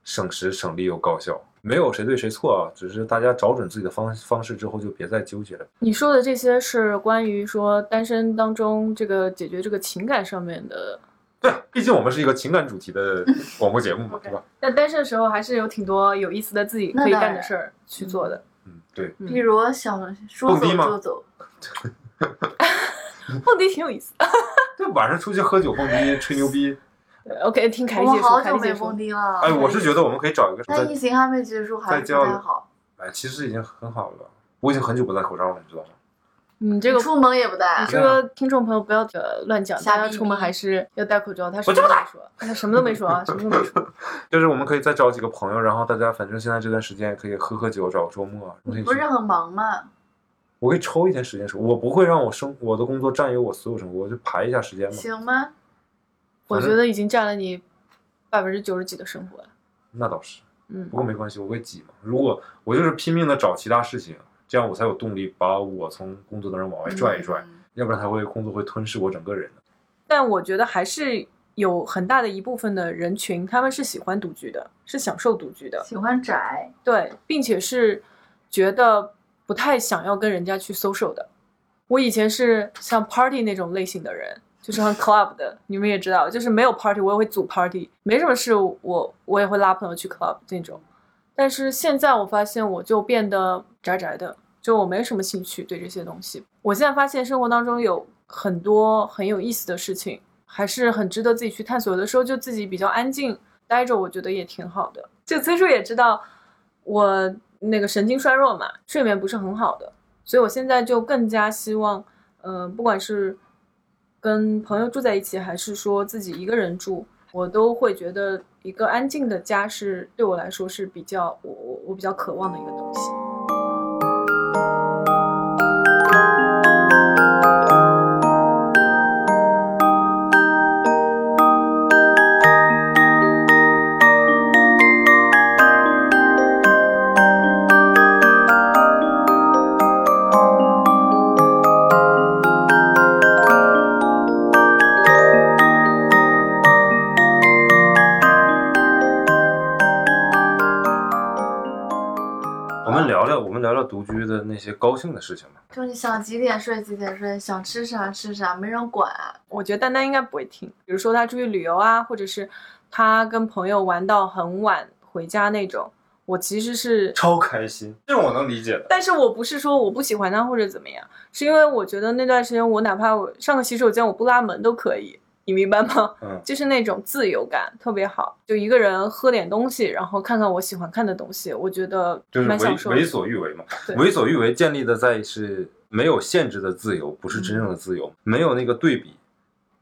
A: 省时省力又高效。没有谁对谁错啊，只是大家找准自己的方方式之后，就别再纠结了。
C: 你说的这些是关于说单身当中这个解决这个情感上面的，
A: 对，毕竟我们是一个情感主 题的广播节目嘛，对吧？
C: 但单身的时候还是有挺多有意思的自己
B: 那
C: 可以
B: 当
C: 干
B: 然
C: 的事儿去 做的。
A: 嗯，对，
C: 嗯
B: 比如想说
A: 蹦
B: 走
A: 迪吗
B: 就走，
C: 蹦迪挺有意思的。
A: 对，晚上出去喝酒、蹦迪、吹牛逼。
C: 对 OK，听凯
B: 我
C: 丽姐
B: 们
C: 说，
B: 好
C: 凯
B: 久
C: 丽
B: 没
C: 姐说
B: 蹦，迪了。
A: 哎，我是觉得我们可以找一个在
B: 但疫情还没结束，还
A: 在
B: 是
A: 家
B: 不
A: 里
B: 太好。
A: 哎，其实已经很好了。我已经很久不戴口罩了，你知道吗？
C: 嗯，这个
B: 出门也不
C: 你
B: 戴，
C: 这个听众朋友不要呃乱讲，
B: 啊瞎
C: 大
B: 逼
C: 家出门
B: 逼
C: 还是要戴口罩。他什
A: 我
C: 么
A: 就
C: 都
A: 不
C: 没说，他什么都没说啊，什么都没说。
A: 就是我们可以再找几个朋友，然后大家反正现在这段时间也可以喝喝酒，找个周末。我可
C: 嗯
A: 以
B: 不
A: 去
B: 是很忙吗？
A: 我可以抽一天时间说，我不会让我生我的工作占有我所有生活，我就排一下时间嘛。
B: 行吗？
C: 我
A: 反
C: 觉
A: 正
C: 得已经占了你百分之九十几的生活了。
A: 那倒是，
C: 嗯
A: 不，过没关系，我会挤嘛。如果我就是拼命的找其他事情，这样我才有动力把我从工作当中往外哎拽一拽，
B: 嗯
A: 要不然他会工作会吞噬我整个人的。
C: 但我觉得还是有很大的一部分的人群，他们是喜欢独居的，是享受独居的，
B: 喜欢宅，
C: 对，并且是觉得。不太想要跟人家去 social 的。我以前是像 party 那种类型的人，就是很 club 的，你们也知道，就是没有 party 我也会组 party，没什么事我我也会拉朋友去 club 那种。但是现在我发现我就变得宅宅的，就我没什么兴趣对这些东西。我现在发现生活当中有很多很有意思的事情，还是很值得自己去探索。有的时候就自己比较安静待着，我觉得也挺好的。就崔叔也知道我那个神经衰弱嘛，睡眠不是很好的，所以我现在就更加希望，嗯、不管是跟朋友住在一起，还是说自己一个人住，我都会觉得一个安静的家是对我来说是比较我我我比较渴望的一个东西。
A: 我们聊聊，我们聊聊独居的那些高兴的事情吧。
B: 就你想几点睡几点睡，想吃啥吃啥，没人管、
C: 我觉得丹丹应该不会听，比如说他出去旅游啊，或者是他跟朋友玩到很晚回家那种，我其实是
A: 超开心，这种我能理解的。
C: 但是我不是说我不喜欢他或者怎么样，是因为我觉得那段时间我哪怕我上个洗手间我不拉门都可以，你明白吗？
A: 嗯，
C: 就是那种自由感特别好，就一个人喝点东西，然后看看我喜欢看的东西，我觉得
A: 就是为
C: 蛮享受的。
A: 为所欲为嘛。
C: 对
A: 为所欲为建立的在是没有限制的自由，不是真正的自由，没有那个对比。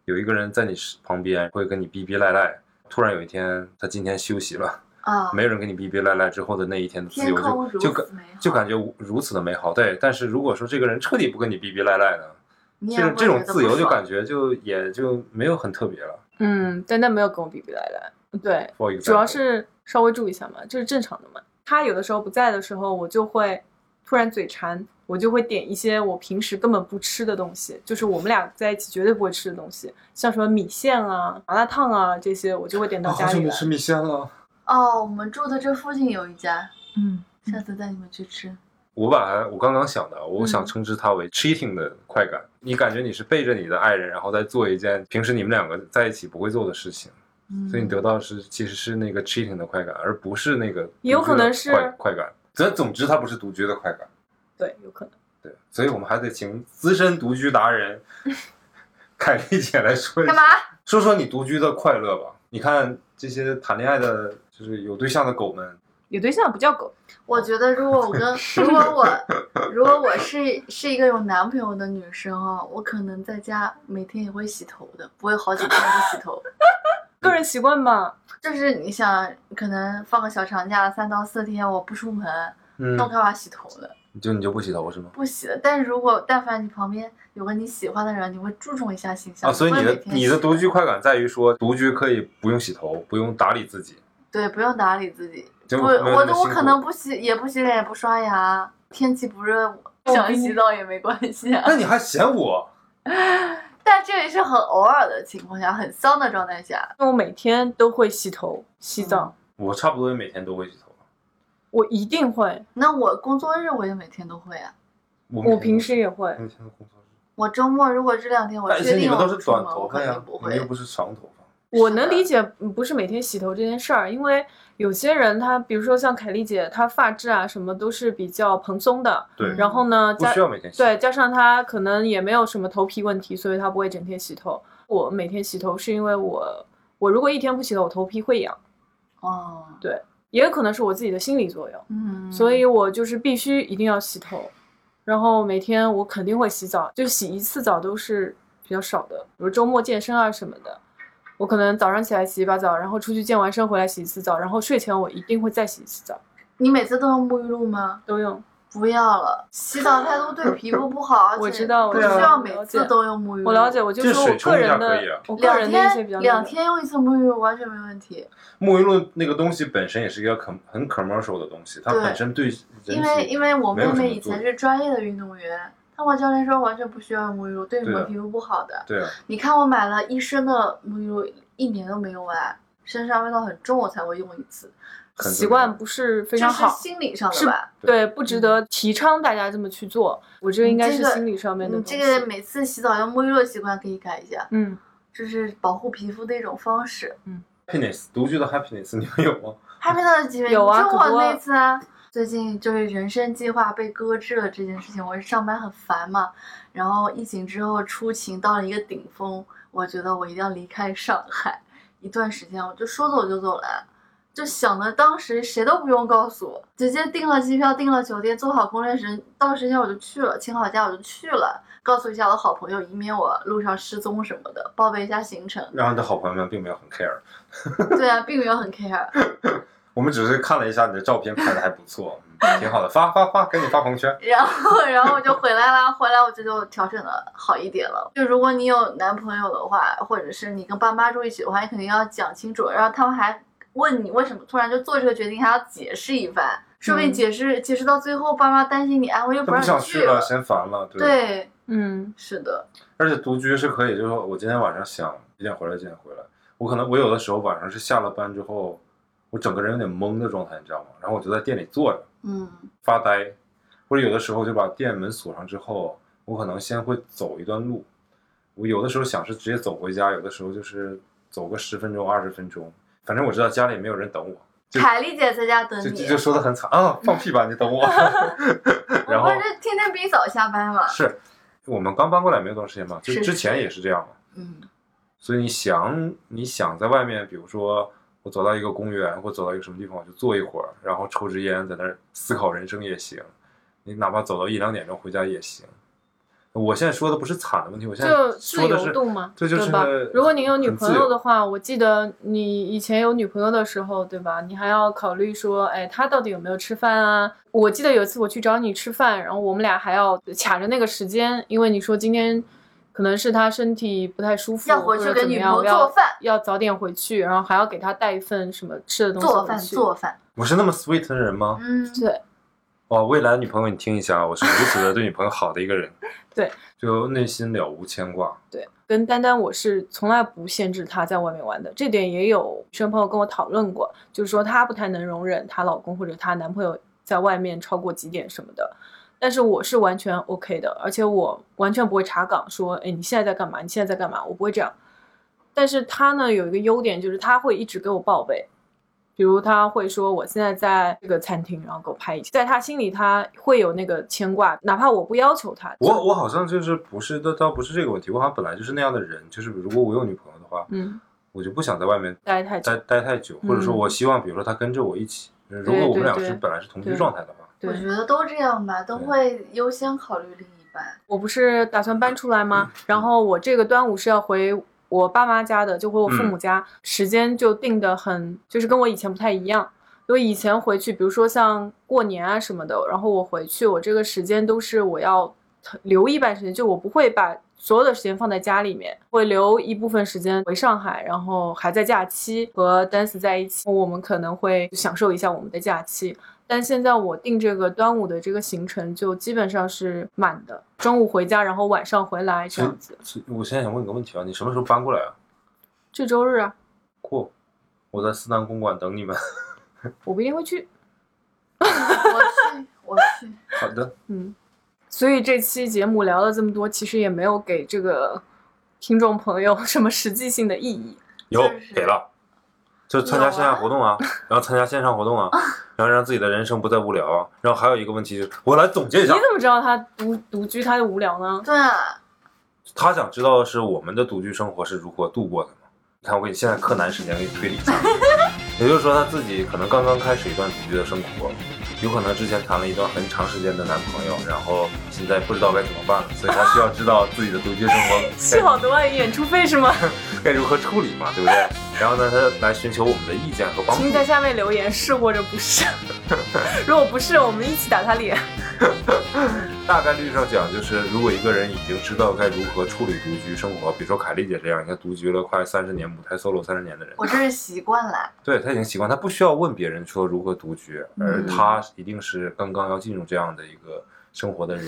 A: 有一个人在你旁边会跟你逼逼赖赖，突然有一天他今天休息了，
B: 啊！
A: 没有人跟你逼逼赖赖之后的那一天的自
B: 天
A: 由
B: 空如
A: 就
B: 此
A: 就
B: 美
A: 感
B: 好，
A: 就感觉如此的美好。对，但是如果说这个人彻底不跟你逼逼赖赖呢，
B: 你
A: 这
B: 也
A: 种这种自由就感
B: 觉
A: 觉就也就没有很特别了。
C: 嗯，丹丹没有跟我比比来来，对，
A: For example
C: 主要是稍微注意一下嘛，这是正常的嘛。他有的时候不在的时候，我就会突然嘴馋，我就会点一些我平时根本不吃的东西，就是我们俩在一起绝对不会吃的东西，像什么米线啊、麻辣烫啊这些，我就会
A: 哦
C: 点到家里来。
A: 米线了。
B: 哦。我们住的这附近有一家，
C: 嗯，
B: 下次带你们去吃。
A: 我把它，我刚刚想的，我
C: 嗯
A: 想称之它为 cheating 的快感。你感觉你是背着你的爱人，然后再做一件平时你们两个在一起不会做的事情，
B: 嗯，
A: 所以你得到的是其实是那个 cheating 的快感，而不是那个
C: 也有可能
A: 独居的快
C: 是
A: 快感。咱总之，它不是独居的快感。
C: 对，有可能。
A: 对，所以我们还得请资深独居达人凯丽姐来说一
B: 干嘛
A: 下，？说说你独居的快乐吧。你看这些谈恋爱的，就是有对象的狗们，
C: 有对象不叫狗，
B: 我觉得如果我 跟如果我如果我是是一个有男朋友的女生啊，我可能在家每天也会洗头的，不会好几天不洗 头。
C: 个人习惯吧。
B: 就是你想，可能放个小长假，三到四天我不出门，
A: 嗯
B: 那我干嘛洗头呢？
A: 就你就不洗头是吗？
B: 不洗的。但是如果但凡你旁边有个你喜欢的人，你会注重一下形象。
A: 啊，所以你
B: 不会
A: 的
B: 每天洗
A: 你的独居快感在于说，独居可以不用洗头，不用打理自己，
B: 对，不用打理自己。
A: 就
B: 我
A: 没有那么
B: 我都我
A: 辛
B: 可
A: 苦
B: 能不洗，也不洗脸，也不刷牙。天气不热，我
C: 我
B: 想
C: 比你
B: 洗澡也没关系啊。
A: 那你还嫌我？
B: 但这也是很偶尔的情况下，很丧的状态下。
C: 因为我每天都会洗头、洗澡，
A: 我差不多每天都会洗头，
C: 我一定会，
B: 那我工作日我也每天都会啊。
A: 我
C: 我
A: 我
C: 平时也会。
A: 每天都工作日，
B: 我周末如果这两天我
A: 但
B: 确
A: 是你
B: 定
A: 们
B: 我
A: 都
B: 不
A: 是
B: 出门，
A: 短
B: 我
A: 头
B: 肯
A: 发
B: 定
A: 呀
B: 不，
A: 你们
B: 会
A: 又。不是长头发。
C: 我
B: 是
C: 能
B: 的
C: 理解嗯不是每天洗头这件事儿，因为有些人他，比如说像凯丽姐，她发质啊什么都是比较蓬松的，
A: 对，
C: 然后呢
A: 不
C: 加
A: 需要每天洗。
C: 对加上她可能也没有什么头皮问题，所以她不会整天洗头。我每天洗头是因为我我如果一天不洗头，我头皮会痒，
B: 哦，
C: 也有可能是我自己的心理作用，
B: 嗯，
C: 所以我就是必须一定要洗头，然后每天我肯定会洗澡，就洗一次澡都是比较少的，比如周末健身啊什么的。我可能早上起来洗一把澡，然后出去健完身回来洗一次澡，然后睡前我一定会再洗一次澡，
B: 你每次都用沐浴露吗？
C: 都用。
B: 不要了，洗澡太多对皮肤不 好，而且
C: 我知道我
B: 不
A: 知道
B: 需要
C: 我
B: 每
C: 了
B: 次
C: 解
B: 都用沐浴露。
C: 我了解，。我就
A: 这
C: 说
A: 水
C: 我
A: 冲
C: 个
A: 一下
C: 人
A: 可以
C: 的
A: 啊，
C: 我个
B: 两
C: 人的一些比较
B: 天嗯
C: 那个
B: 两天用一次沐浴露完全没问题，
A: 沐浴露那个东西本身也是一个很很 commercial 的东西，它
B: 对
A: 本身对人
B: 因为
A: 体
B: 因为我
A: 没有
B: 妹
A: 什么
B: 妹以
A: 作
B: 前
A: 用
B: 是专业的运动员，她我教练说完全不需要沐浴露，对你
A: 对啊
B: 们
A: 的
B: 皮肤不好的。
A: 对啊，
B: 你看我买了一身的沐浴露，一年都没用完，啊身上味道很重，我才会用一次，
A: 很
C: 习惯不是非常
B: 这是
C: 好。
B: 心理上的
C: 是
B: 吧？
C: 对，不值得提倡大家这么去做。我觉得应该是
B: 嗯你这个
C: 心理上面的
B: 你
C: 东西。
B: 这个每次洗澡用沐浴露习惯可以改一下，
C: 嗯，
B: 这是保护皮肤的一种方式。
A: happiness 独居的 happiness 你们有吗？
B: 还没到几位，
C: 有啊
B: 就
C: 可
B: 我
C: 不
B: 那次啊。最近就是人生计划被搁置了这件事情，我上班很烦嘛，然后疫情之后出勤到了一个顶峰，我觉得我一定要离开上海一段时间，我就说走就走了，就想的当时谁都不用告诉我，直接订了机票，订了酒店，做好攻略时，到时间我就去了，请好假我就去了，告诉一下我的好朋友，以免我路上失踪什么的，报备一下行程。
A: 然后你的好朋友们并没有很 care，
B: 对啊，并没有很 care。
A: 我们只是看了一下你的照片，拍的还不错， 嗯挺好的，发发发，赶紧发朋友圈。
B: 然后，然后我就回来啦。回来我就就调整的好一点了。就如果你有男朋友的话，或者是你跟爸妈住一起的话，你肯定要讲清楚，然后他们还问你为什么突然就做这个决定，还要解释一番，说不定
C: 嗯
B: 解释、解释到最后，爸妈担心你，哎，我又
A: 他
B: 让
A: 不想
B: 你
A: 去
B: 了
A: 了，。嫌烦了，对。
B: 对，
C: 嗯，
B: 是的，
A: 而且独居是可以，就是说我今天晚上想几点回来，几点回来。我可能我有的时候晚上是下了班之后，我整个人有点懵的状态，你知道吗？然后我就在店里坐着
B: 嗯
A: 发呆，或者有的时候就把店门锁上之后，我可能先会走一段路。我有的时候想是直接走回家，有的时候就是走个十分钟、二十分钟，反正我知道家里没有人等我。就
B: 凯丽姐在家等
A: 就
B: 嗯你嗯
A: 就，就说的很惨啊，放屁吧，你等我。 然
B: 我
A: 后
B: 不是天天比你早下班嘛。
A: 是我们刚搬过来没多长时间嘛，就是之前也是这样嘛。
B: 嗯，
A: 所以你想，你想在外面，比如说我走到一个公园，或走到一个什么地方，我就坐一会儿，然后抽支烟，在那儿思考人生也行。你哪怕走到一两点钟回家也行。我现在说的不是惨的问题，我现在
C: 就自
A: 说的
C: 由
A: 是，
C: 度嘛，
A: 这就是
C: 对吧？如果你有女
A: 很自
C: 朋友
A: 由
C: 的话，我记得你以前有女朋友的时候，对吧？你还要考虑说，哎，她到底有没有吃饭啊？我记得有一次我去找你吃饭，然后我们俩还要卡着那个时间，因为你说今天可能是她身体不太舒服，
B: 要回
C: 或
B: 去
C: 者
B: 给
C: 怎么
B: 女
C: 样
B: 朋友
C: 要
B: 做饭
C: 要早点回去，然后还要给她带一份什么吃的东西
B: 做
C: 回
B: 饭
C: 去
B: 做饭，
A: 我是那么 sweet 的人吗？
B: 嗯，
C: 对，。
A: 哇，未来女朋友，你听一下，啊我是如此的对女朋友好的一个人
C: 对，
A: 就内心了无牵挂。
C: 对，跟丹丹我是从来不限制她在外面玩的，这点也有女生朋友跟我讨论过，就是说她不太能容忍她老公或者她男朋友在外面超过几点什么的。但是我是完全 OK 的，而且我完全不会查岗，说，哎，你现在在干嘛？你现在在干嘛？我不会这样。但是她呢，有一个优点就是她会一直给我报备，比如她会说我现在在这个餐厅，然后给我拍一下，在她心里她会有那个牵挂，哪怕我不要求她。
A: 我我好像就是不是倒倒不是这个问题，我好像本来就是那样的人，就是如果我有女朋友的话，
C: 嗯，
A: 我就不想在外面
C: 待太久
A: 待，待太久，或者说
C: 嗯
A: 我希望，比如说他跟着我一起，如
C: 对
A: 果我们
C: 对
A: 俩
C: 对
A: 是本来是同居
C: 对
A: 状态的话，
C: 对
B: 我觉得都这样吧，都
A: 对
B: 会优先考虑另一半。
C: 我不是打算搬出来吗？然后我这个端午是要回我爸妈家的，就回我父母家，时间就定的很，就是跟我以前不太一样。因为以前回去，比如说像过年啊什么的，然后我回去，我这个时间都是我要留一半时间，就我不会把所有的时间放在家里面，会留一部分时间回上海，然后还在假期和 dance 在一起，我们可能会享受一下我们的假期。但现在我定这个端午的这个行程，就基本上是满的，中午回家，然后晚上回来这样子。
A: 所以我现在想问你个问题啊，你什么时候搬过来啊？
C: 这周日啊，
A: 酷，我在思南公馆等你们。
C: 我不一定会去。
B: 我去，我去。
A: 好的，
C: 嗯，所以这期节目聊了这么多，其实也没有给这个听众朋友什么实际性的意义。
A: 有
B: 就是
A: 给了，就参加线下
B: 有啊
A: 活动啊，然后参加线上活动啊，然后让自己的人生不再无聊啊。然后还有一个问题就是，我来总结一
C: 你
A: 下
C: 怎，么知道他独独居他的无聊呢？
B: 对啊，
A: 他想知道的是我们的独居生活是如何度过的嘛？你看，我给你现在柯南时间给你推理一下，也就是说他自己可能刚刚开始一段独居的生活，有可能之前谈了一段很长时间的男朋友，然后现在不知道该怎么办了，所以他需要知道自己的独居生活
C: 是好的外语演出费是 吗？
A: 该该如何处理嘛，对不对？然后呢，他来寻求我们的意见和帮助
C: 请。在下面留言是或者 不是。如果不是，我们一起打他脸。
A: 大概率上讲，就是如果一个人已经知道该如何处理独居生活，比如说凯丽姐这样，你看独居了快三十年，母胎 solo 三十年的人，
B: 我这是习惯了。
A: 对他已经习惯，他不需要问别人说如何独居，而
C: 嗯
A: 他一定是刚刚要进入这样的一个生活的人，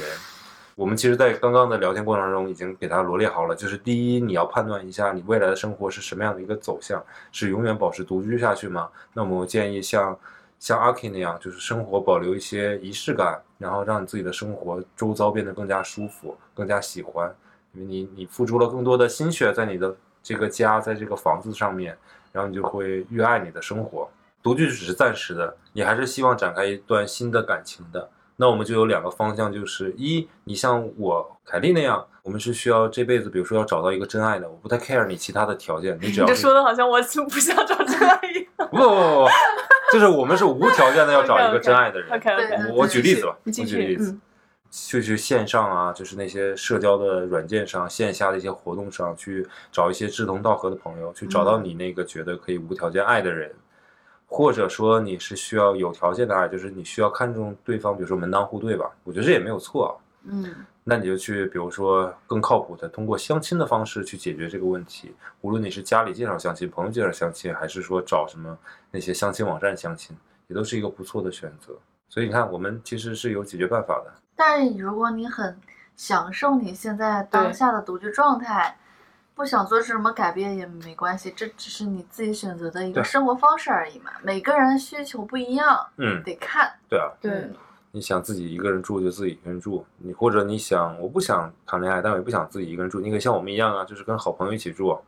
A: 我们其实，在刚刚的聊天过程中已经给大家罗列好了，就是第一，你要判断一下你未来的生活是什么样的一个走向，是永远保持独居下去吗？那么我建议像像阿 K 那样，就是生活保留一些仪式感，然后让你自己的生活周遭变得更加舒服，更加喜欢，因为你你付出了更多的心血在你的这个家，在这个房子上面，然后你就会越爱你的生活。独居只是暂时的，你还是希望展开一段新的感情的。那我们就有两个方向，就是一，你像我凯莉那样，我们是需要这辈子，比如说要找到一个真爱的，我不太 care 你其他的条件，你只
C: 你
A: 要
C: 这
A: 是
C: 说的好像我就不想找这样 一样。
A: 不不不不，不就是我们是无条件的要找 一个真爱的人。
C: OK
B: 对
C: OK，
B: 对
A: 我我举例子吧，我
C: 你继
A: 举
C: 续
A: 例。子，
C: 嗯，
A: 去去线上啊，就是那些社交的软件上、线下的一些活动上，去找一些志同道合的朋友，去找
C: 嗯
A: 到你那个觉得可以无条件爱的人，或者说你是需要有条件的爱，就是你需要看重对方，比如说门当户对吧，我觉得这也没有错啊。
B: 嗯，
A: 那你就去，比如说更靠谱的，通过相亲的方式去解决这个问题。无论你是家里介绍相亲、朋友介绍相亲，还是说找什么那些相亲网站相亲，也都是一个不错的选择。所以你看，我们其实是有解决办法的。
B: 但是如果你很享受你现在当
C: 对
B: 下的独居状态，不想做出什么改变也没关系，这只是你自己选择的一个
A: 对
B: 生活方式而已嘛。每个人需求不一样，
A: 嗯，
B: 得看。
A: 对啊，
C: 对，
A: 你想自己一个人住就自己一个人住，你或者你想我不想谈恋爱，但我也不想自己一个人住，你可以像我们一样啊，就是跟好朋友一起住。啊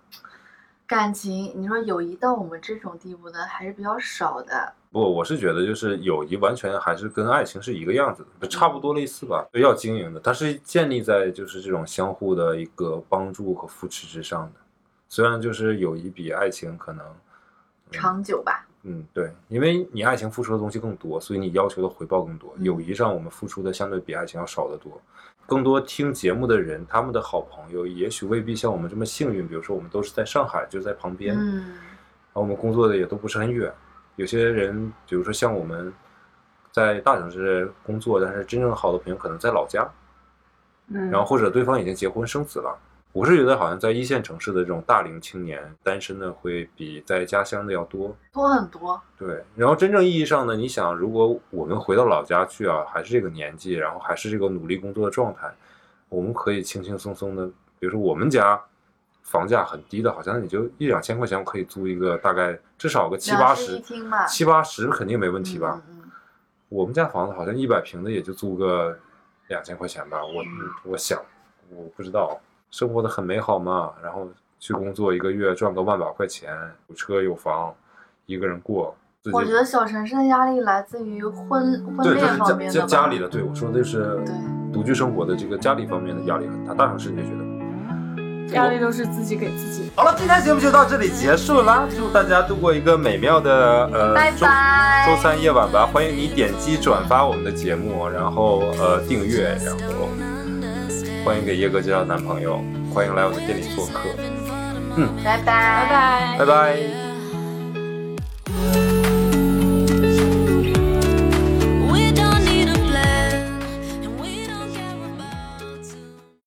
B: 感情，你说友谊到我们这种地步的还是比较少的。
A: 不，我是觉得就是友谊完全还是跟爱情是一个样子的，不差不多类似吧，要经营的，它是建立在就是这种相互的一个帮助和扶持之上的。虽然就是友谊比爱情可能，
B: 长久吧，
A: 嗯，对，因为你爱情付出的东西更多，所以你要求的回报更多。
B: 嗯
A: 友谊上我们付出的相对比爱情要少得多。更多听节目的人，他们的好朋友也许未必像我们这么幸运，比如说我们都是在上海，就在旁边，
B: 嗯，
A: 然后我们工作的也都不是很远。有些人，比如说像我们在大城市工作，但是真正好的朋友可能在老家，
C: 嗯
A: 然后或者对方已经结婚生子了。我是觉得好像在一线城市的这种大龄青年，单身的会比在家乡的要多。
B: 多很多。
A: 对，然后真正意义上呢，你想，如果我们回到老家去啊，还是这个年纪，然后还是这个努力工作的状态，我们可以轻轻松松的，比如说我们家房价很低的，好像也就一两千块钱，我可以租一个大概至少个七八
B: 两室
A: 十
B: 一，厅吧，
A: 七八十肯定没问题吧？
B: 嗯嗯嗯
A: 我们家房子好像一百平的也就租个两千块钱吧，我
B: 嗯
A: 我想我不知道，生活的很美好嘛，然后去工作一个月赚个万把块钱，有车有房，一个人过。自己嗯
B: 我觉得小城市的压力来自于婚婚
A: 对，就
B: 恋
A: 是
B: 方
A: 家
B: 面
A: 家
B: 的
A: 家
B: 吧
A: 里的，对我说的就是
B: 对
A: 独居生活的这个家里方面的压力很大，大城市你就觉得。
C: 压力都是自己给自己。
A: 好了，今天节目就到这里结束啦，祝大家度过一个美妙的呃
B: 拜
A: 周
B: 拜
A: 周三夜晚吧。欢迎你点击转发我们的节目，然后呃订阅，然后欢迎给叶哥介绍男朋友，欢迎来我的店里做客，
B: 拜拜拜
C: 拜。
A: 拜拜。